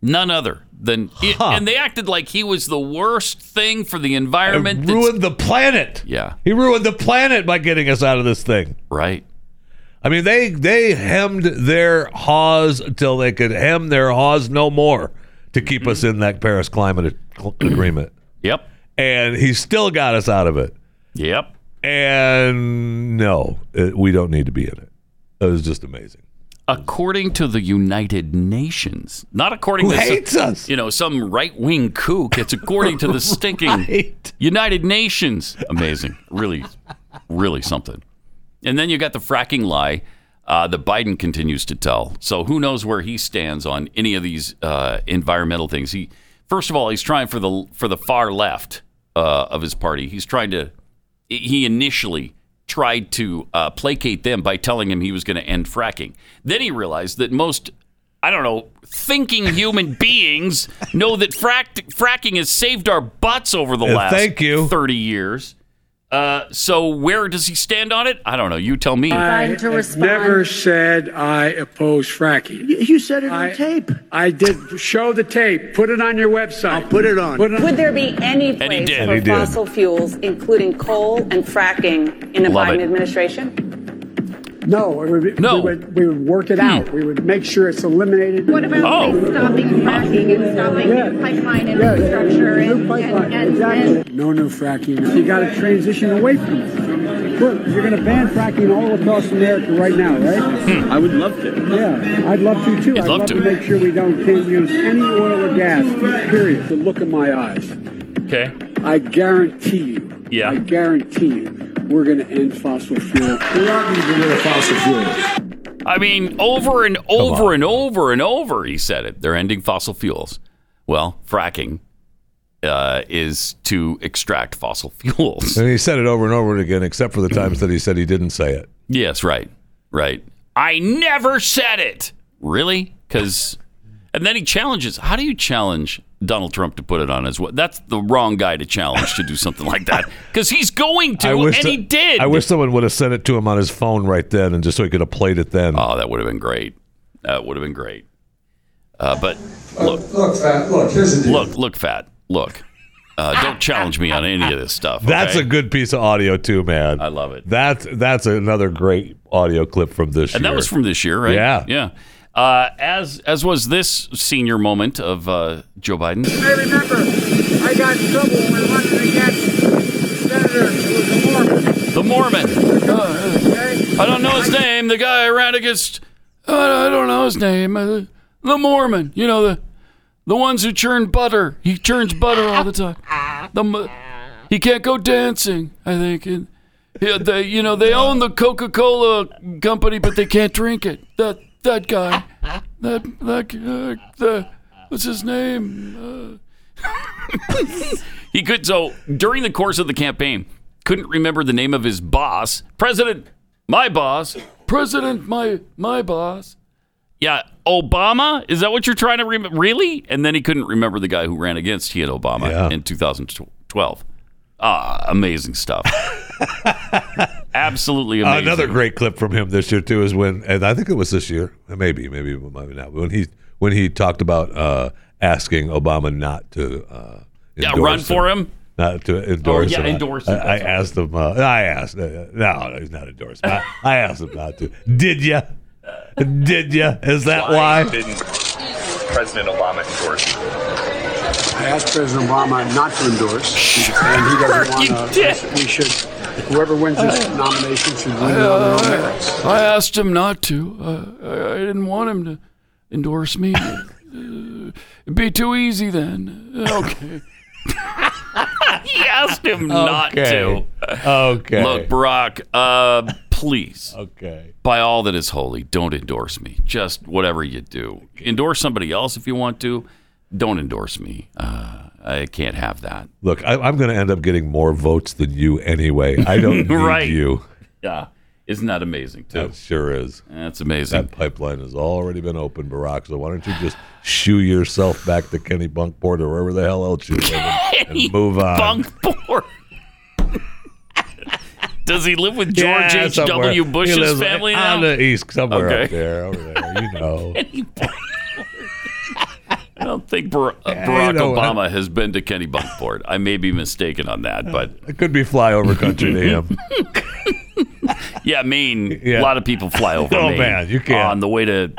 None other than, and they acted like he was the worst thing for the environment.
It
that's-
ruined the planet.
Yeah.
He ruined the planet by getting us out of this thing.
Right.
I mean, they they hemmed their haws till they could hem their haws no more to keep us in that Paris climate ac- agreement.
Mm-hmm. Yep.
And he still got us out of it.
Yep.
And no, it, we don't need to be in it. It was just amazing.
according to the United Nations, not according
Who
to
hates
some,
us.
you know, some right wing kook. It's according to the stinking United Nations. Amazing, really, really something. And then you got the fracking lie uh, that Biden continues to tell. So who knows where he stands on any of these uh, environmental things? He first of all, he's trying for the for the far left uh, of his party. He's trying to he initially tried to uh, placate them by telling him he was going to end fracking. Then he realized that most, I don't know, thinking human beings know that frack- fracking has saved our butts over the
Yeah,
last
thank you.
30 years. Uh, so where does he stand on it? I don't know. You tell me.
I have never said I oppose fracking. You said it on tape. I did. Show the tape. Put it on your website. I'll put it on.
Would there be any
And he
place
did. And
for
he did.
fossil fuels, including coal and fracking, in the
Love
Biden
it.
administration?
No, it would, no. We, would, we would work it out.
Hmm.
We would make sure it's eliminated. What about
Oh.
stopping fracking and stopping new pipeline infrastructure and, and, and,
No new fracking. You got to transition away from it.
Bert, you're going to ban fracking all across America right now, right?
I would love to.
Yeah, I'd love to too.
Hmm. You'd
I'd
love
love
to.
to make sure we don't can't use any oil or gas. Period. The look in my eyes.
Okay.
I guarantee you.
Yeah.
I guarantee you, we're going to end fossil fuel. We're not going to get rid of fossil fuel.
I mean, over and over and over and over, he said it. They're ending fossil fuels. Well, fracking uh, is to extract fossil fuels.
And he said it over and over again, except for the times that he said he didn't say it.
Yes, right, right. I never said it. Really? Because, and then he challenges. How do you challenge Donald Trump to put it on his? wa- That's the wrong guy to challenge to do something like that. Because he's going to, and
so-
he did.
I wish someone would have sent it to him on his phone right then, and just so he could have played it then.
Oh, that would have been great. That would have been great. Uh, but look,
Look, fat. Look, here's the deal.
look, look, fat, look. Uh, don't challenge me on any of this stuff.
That's
okay?
a good piece of audio too, man. I love it. That's that's another great audio clip from this
and
year.
that was from this year, right?
Yeah.
yeah. Uh, as as was this senior moment of uh, Joe Biden.
I remember I got in trouble when running against Senator who was a Mormon.
The Mormon. I don't know his name. The guy I ran against. I I don't know his name. Uh, The Mormon. You know the the ones who churn butter. He churns butter all the time. The mo- he can't go dancing. I think. And, yeah, they, you know they own the Coca Cola company, but they can't drink it. That that guy. That that uh, the what's his name? Uh, He could so during the course of the campaign couldn't remember the name of his boss, President, my boss, President, my my boss. Yeah, Obama. Is that what you're trying to remember? Really? And then he couldn't remember the guy who ran against he and Obama in 2012. Ah, amazing stuff. Absolutely amazing.
Another great clip from him this year too is when, and I think it was this year, maybe, maybe, maybe not. When he when he talked about uh, asking Obama not to uh,
Yeah,
endorse
run for him.
not to endorse.
Oh, yeah,
him. I-
endorse
I,
him,
I asked him. Uh, I asked. Uh, no, no, he's not endorsed. I, I asked him not to. Did ya? Did ya? Is that why?
didn't President Obama endorse?
I asked President Obama not to endorse, and he doesn't want to. We should, whoever wins this nomination should win it on their own merits.
I asked him not to. Uh, I, I didn't want him to endorse me. Uh, it'd be too easy then. Okay. he asked him not
Okay.
to.
Okay.
Look, Barack, uh, please.
Okay.
By all that is holy, don't endorse me. Just whatever you do. Endorse somebody else if you want to. Don't endorse me. Uh, I can't have that.
Look, I, I'm going to end up getting more votes than you anyway. I don't need
Right.
you.
Yeah. Isn't that amazing, too?
That sure is.
That's amazing.
That pipeline has already been open, Barack. So why don't you just shoo yourself back to Kenny Bunkport or wherever the hell else you live and, and move on?
Bunkport. Does he live with
Yeah,
George
somewhere.
H.W.
He
Bush's
lives
family now?
on the east somewhere
Okay.
up there, over there. You know,
I don't think Bar- uh,
Yeah,
Barack
you know what?
Obama has been to Kenny Bunkport. I may be mistaken on that, but
it could be flyover country to him.
yeah, Maine. A lot of people fly over
Oh,
Maine
man, you can't.
on the way to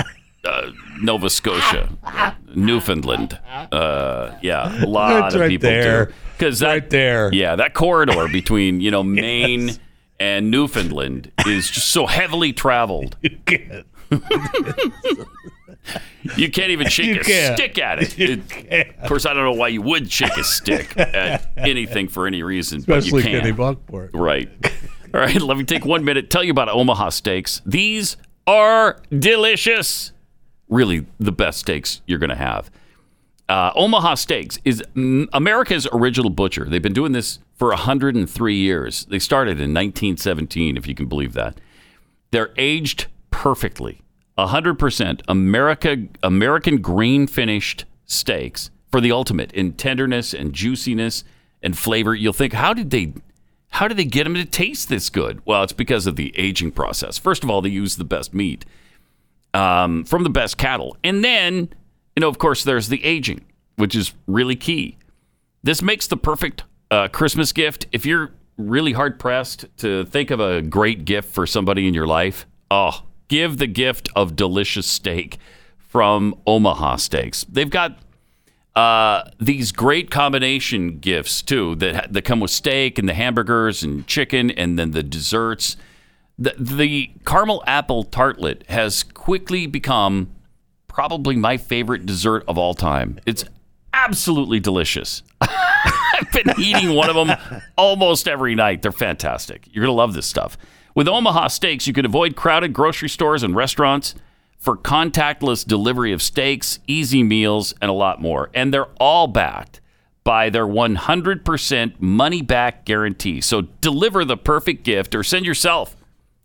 uh, Nova Scotia, Newfoundland. Uh, yeah, a lot
It's
of
right
people
there.
do because that right there. Yeah, that corridor between you know Maine and Newfoundland is just so heavily traveled. You can't. you can't even shake
You
a
can't.
stick at it. It- Of course, I don't know why you would shake a stick at anything for any reason,
Especially
but you can.
Kenny Bunkport.
Right. All right, let me take one minute, tell you about Omaha steaks. These are delicious. Really, the best steaks you're going to have. Uh, Omaha Steaks is mm, America's original butcher. They've been doing this for 103 years. They started in 1917, if you can believe that. They're aged perfectly. 100% America American green finished steaks for the ultimate in tenderness and juiciness and flavor. You'll think, how did they how did they get them to taste this good? Well, it's because of the aging process. First of all, they use the best meat um, from the best cattle. And then, you know, of course, there's the aging, which is really key. This makes the perfect uh, Christmas gift. If you're really hard pressed to think of a great gift for somebody in your life, oh, give the gift of delicious steak from Omaha Steaks. They've got uh, these great combination gifts too that that come with steak and the hamburgers and chicken and then the desserts. The, the caramel apple tartlet has quickly become probably my favorite dessert of all time. It's absolutely delicious. I've been eating one of them almost every night. They're fantastic. You're going to love this stuff. With Omaha Steaks, you can avoid crowded grocery stores and restaurants for contactless delivery of steaks, easy meals, and a lot more. And they're all backed by their 100% money back guarantee. So deliver the perfect gift or send yourself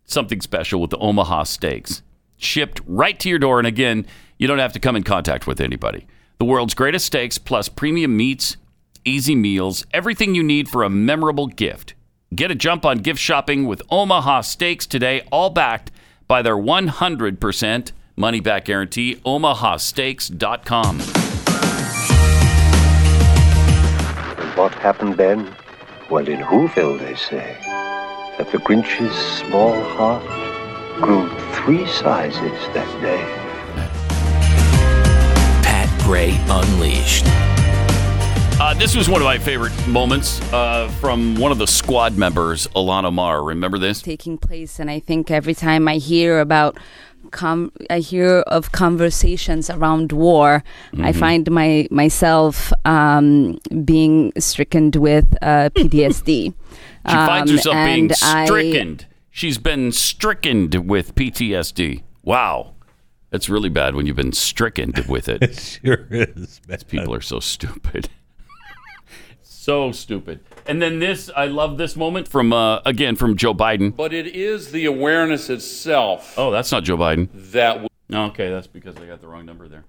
something special with the Omaha Steaks. Shipped right to your door. And again, you don't have to come in contact with anybody. The world's greatest steaks, plus premium meats, easy meals, everything you need for a memorable gift. Get a jump on gift shopping with Omaha Steaks today, all backed by their 100% money back guarantee. OmahaSteaks.com.
And what happened then? Well, in Whoville, they say that the Grinch's small heart grew three sizes that day.
Pat Gray Unleashed.
Uh, this was one of my favorite moments uh, from one of the squad members, Alana Marr. Remember this?
taking place and i think every time i hear about com- i hear of conversations around war i
Mhm.
find my myself um, being stricken with uh, ptsd
She finds
Um,
herself being
and I-
stricken. She's been stricken with PTSD. Wow. That's really bad when you've been stricken with it. it
sure is. Man.
People are so stupid. so stupid. And then this, I love this moment from, uh, again, from Joe Biden.
But it is the awareness itself
Oh, that's not Joe Biden.
that. W-
okay, that's because I got the wrong number there.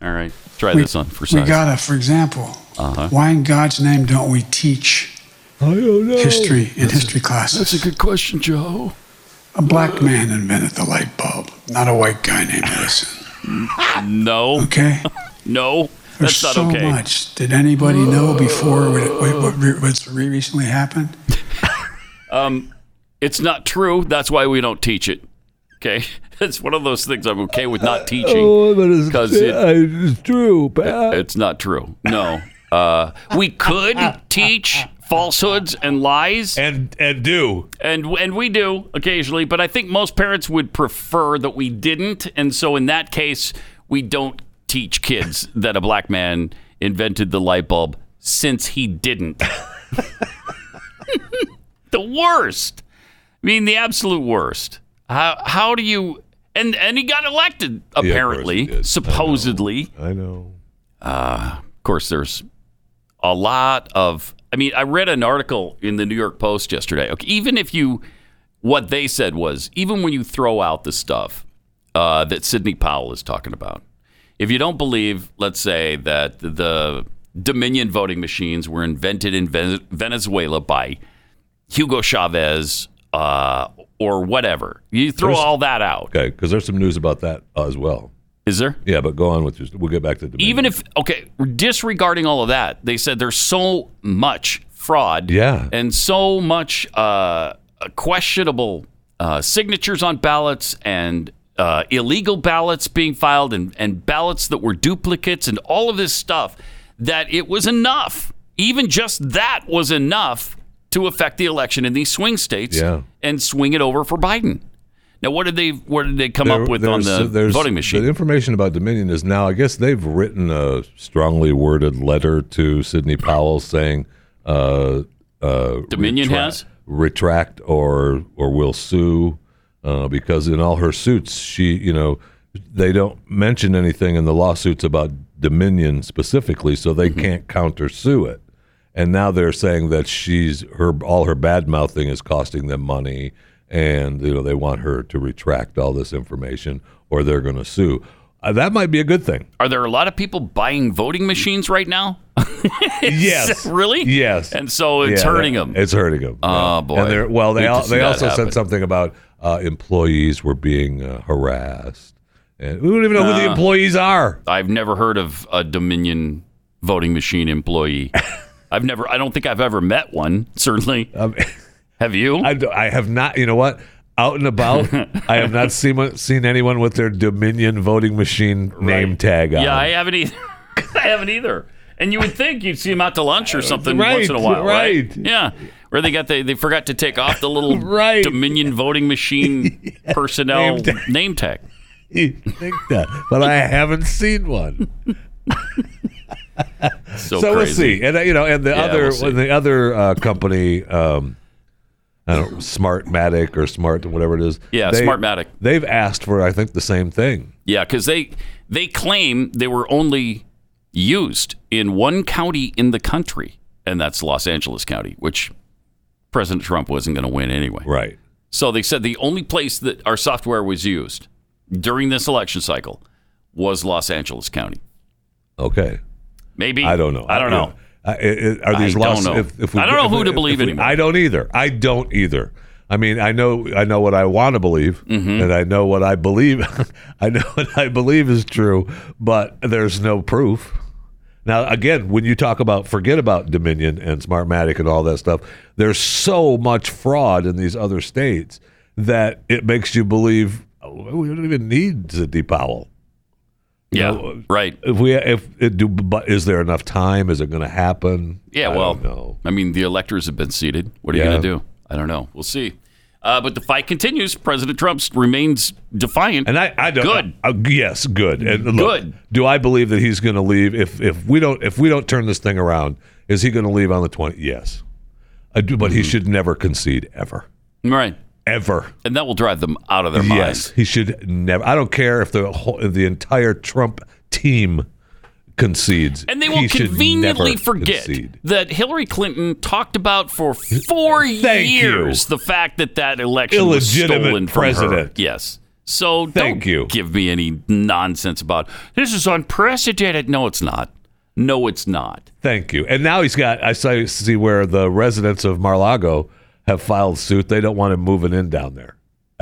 All right. Try
We-
this on for
We
size.
gotta, for example,
Uh-huh.
why in God's name don't we teach history in history classes? That's a
good question, Joe.
A black man invented the light bulb, not a white guy named Edison.
No.
Okay.
No.
There's
That's not
so
okay.
much. Did anybody know before what, what, what re- what's re- recently happened?
Um, it's not true. That's why we don't teach it. Okay. It's one of those things I'm okay with not teaching.
Oh, but it's,
'Cause it-
it's true, uh, Pat.
It's not true. No. Uh, we could teach falsehoods and lies,
and and do,
and and we do occasionally. But I think most parents would prefer that we didn't, and so in that case, we don't teach kids that a black man invented the light bulb since he didn't. the worst. I mean, the absolute worst. How how do you? And and he got elected
of course
apparently, supposedly.
I know.
Uh, of course, there's a lot of. I mean, I read an article in the New York Post yesterday. Okay, even if you, what they said was, even when you throw out the stuff uh, that Sidney Powell is talking about, if you don't believe, let's say that the Dominion voting machines were invented in Ven- Venezuela by Hugo Chavez uh, or whatever, you throw
There's-
all that out.
Okay, because there's some news about that as well.
Is there?
Yeah, but go on with your. We'll get back to the.
even if okay disregarding all of that they said there's so much fraud
Yeah.
and so much uh, questionable uh, signatures on ballots and uh, illegal ballots being filed and, and ballots that were duplicates and all of this stuff that it was enough even just that was enough to affect the election in these swing states
Yeah.
and swing it over for biden now what did they what did they come
There-
up with on
there's-
the
there's-
voting machine
The information about Dominion is now. I guess they've written a strongly worded letter to Sidney Powell saying, uh, uh,
Dominion has?
retract or or will sue uh, because in all her suits she you know they don't mention anything in the lawsuits about Dominion specifically, so they can't counter sue it. And now they're saying that she's her all her bad mouthing is costing them money, and you know they want her to retract all this information, or they're going to sue. Uh, that might be a good thing.
Are there a lot of people buying voting machines right now?
yes.
really?
Yes.
And so it's
Yeah,
hurting
that-
them.
It's hurting them.
Oh, boy.
And they're, well, they
Hate to
al-
see
they
that
also
happen.
said something about uh, employees were being uh, harassed, and we don't even know who the
Uh,
employees are.
I've never heard of a Dominion voting machine employee. I've never, I don't think I've ever met one, certainly. have you?
Um, I, d- I have not. You know what? Out and about, I have not seen one- seen anyone with their Dominion voting machine name tag on.
yeah, I haven't either. I haven't either. And you would think you'd see them out to lunch or something
Uh, Right,
once in a while, right?
right.
Yeah, where they got the, they forgot to take off the little Dominion voting machine personnel
Name tag.
name tag.
You think that, but I haven't seen one.
So,
so we'll
crazy.
see. And uh, you know, and the
Yeah,
other
we'll see.
the other uh, company, um, I don't know, Smartmatic or Smart whatever it is.
Yeah, Smartmatic.
They've asked for I think the same thing.
Yeah, because they they claim they were only used in one county in the country, and that's Los Angeles County, which President Trump wasn't going to win anyway.
Right.
So they said the only place that our software was used during this election cycle was Los Angeles County.
Okay.
Maybe
I don't know.
I don't know.
I, I- are these
I don't
Los-
know.
If, if we,
I don't know
if-
who to
if-
believe
if we-
anymore.
I don't either. I don't either. I mean, I know, I know what I want to believe,
Mm-hmm.
and I know what I believe. I know what I believe is true, but there's no proof. Now, again, when you talk about forget about Dominion and Smartmatic and all that stuff, there's so much fraud in these other states that it makes you believe oh, we don't even need Sidney Powell.
Yeah, right.
If we, if it do, but is there enough time? Is it going to happen?
Yeah,
I
well,
don't know.
I mean, the electors have been seated. What are you
Yeah.
going to do? I don't know. We'll see. Uh, but the fight continues. President Trump remains defiant.
And I, I don't.
Good.
Uh, yes, good. And look,
Good.
Do I believe that he's going to leave? If if we don't if we don't turn this thing around, is he going to leave on the twenty? Yes, I do. But
Hmm.
he should never concede ever,
right?
Ever.
And that will drive them out of their minds.
Yes, he should never. I don't care if the whole, if the entire Trump team concedes,
And they
he
will
should
conveniently
never
forget
concede.
that Hillary Clinton talked about for four
Thank
years the fact that that election was
Illegitimate
stolen from her.
president.
Yes. So
Thank
don't
you.
give me any nonsense about this is unprecedented. No, it's not. No, it's not.
Thank you. And now he's got. I saw see where the residents of Mar-Lago have filed suit. They don't want him moving in down there.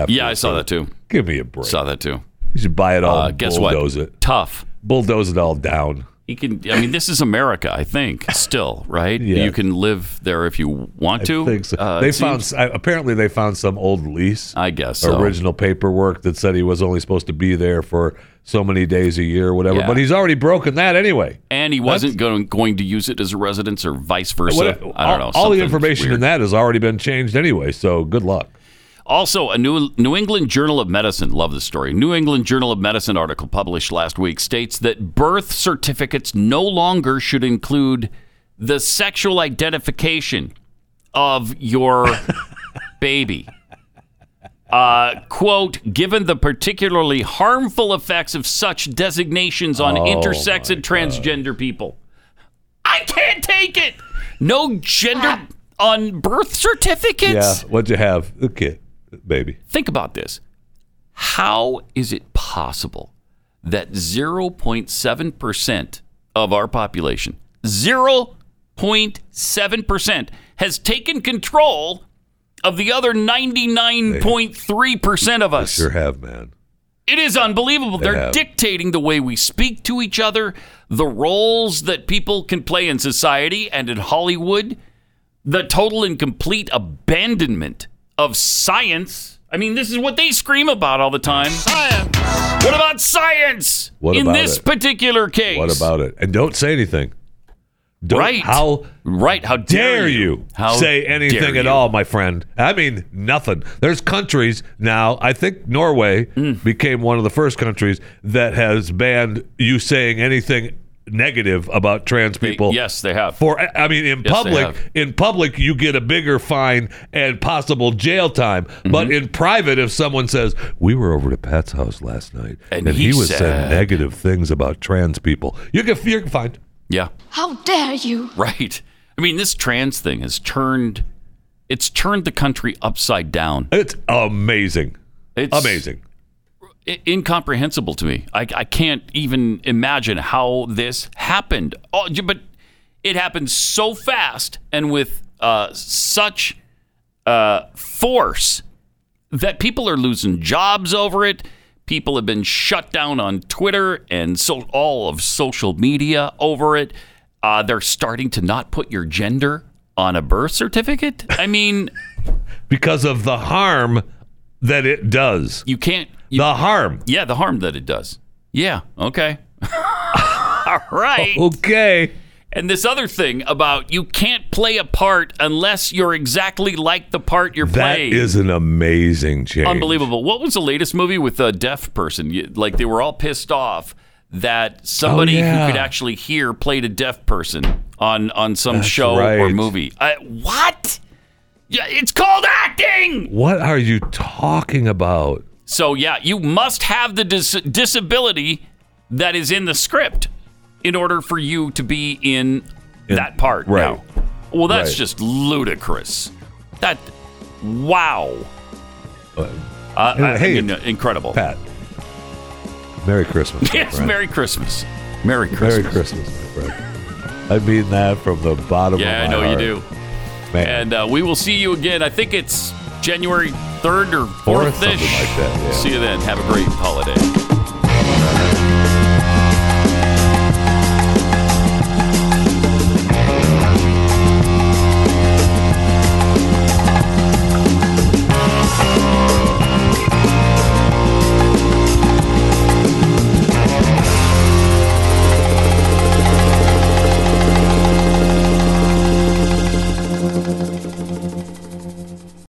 yeah, I saw that too.
Give me a break.
Saw that too.
You should buy it all.
Uh,
and
guess what?
bulldoze it.
Tough.
Bulldoze it all down.
You can. I mean, this is America. I think still, right?
Yeah.
You can live there if you want to.
I think so.
Uh,
they
it
found
seems-
I- apparently they found some old lease.
I guess so.
original paperwork that said he was only supposed to be there for so many days a year, or whatever.
Yeah.
But he's already broken that anyway.
and he wasn't going going to use it as a residence or vice versa.
What-
I don't
all-
know.
All the
something
information
weird.
in that has already been changed anyway. So good luck.
Also, a New, New England Journal of Medicine, love the story. New England Journal of Medicine article published last week states that birth certificates no longer should include the sexual identification of your baby. Uh, quote, given the particularly harmful effects of such designations on
Oh,
intersex and transgender people. I can't take it. No
Ah.
gender on birth
Yeah.
certificates.
What'd you have? A kid, baby.
Think about this. How is it possible that 0.7% of our population, 0.7%, has taken control of the other 99.3% of us?
Sure have, man.
It is unbelievable.
They
They're
have.
dictating the way we speak to each other, the roles that people can play in society and in Hollywood, the total and complete abandonment of science. I mean, this is what they scream about all the time. Science. What about science
What
in
about
this
it?
particular case?
What about it? And don't say anything. Don't,
Right.
How
right? How dare,
dare you
How
say
dare
anything at
you.
all, my friend. I mean, nothing. There's countries now, I think Norway
Mm.
became one of the first countries that has banned you saying anything negative about trans people.
Yes, they have.
For I I mean in
Yes, they
public,
have.
in public you get a bigger fine and possible jail time.
Mm-hmm.
But in private if someone says, "We were over to Pat's house last night
And
he,
he
was saying
said-
negative things about trans people." You get you're fined.
Yeah.
How dare you?
Right. I mean, this trans thing has turned it's turned the country upside down.
It's amazing.
It's
Amazing.
i- incomprehensible to me. I, I can't even imagine how this happened. Oh, j- but it happened so fast and with uh, such uh, force that people are losing jobs over it. People have been shut down on Twitter and so all of social media over it. Uh, they're starting to not put your gender on a birth certificate. I mean,
because of the harm that it does.
You can't.
the harm.
Yeah, the harm that it does. Yeah. Okay. All right.
Okay.
And this other thing about you can't play a part unless you're exactly like the part you're
That
playing.
is an amazing change.
Unbelievable. What was the latest movie with a deaf person? You- Like they were all pissed off that somebody
yeah.
who could actually hear played a deaf person on on some
That's
show or
right.
movie. I, what? Yeah, it's called acting.
What are you talking about?
So yeah, you must have the dis- disability that is in the script in order for you to be in that part.
right.
Now. Well, that's
Right.
just ludicrous. That wow. Uh, I- I
hey,
mean, uh, incredible.
Pat. Merry Christmas. my
Yes,
friend.
Merry Christmas. Merry Christmas.
Merry Christmas, my friend. I mean that from the bottom
Yeah, I
of my
know
heart.
you do.
Man.
And uh, we will see you again. I think it's January 3rd or
Fourth,
4th ish.
something like that, yeah.
See you then. Have a great holiday.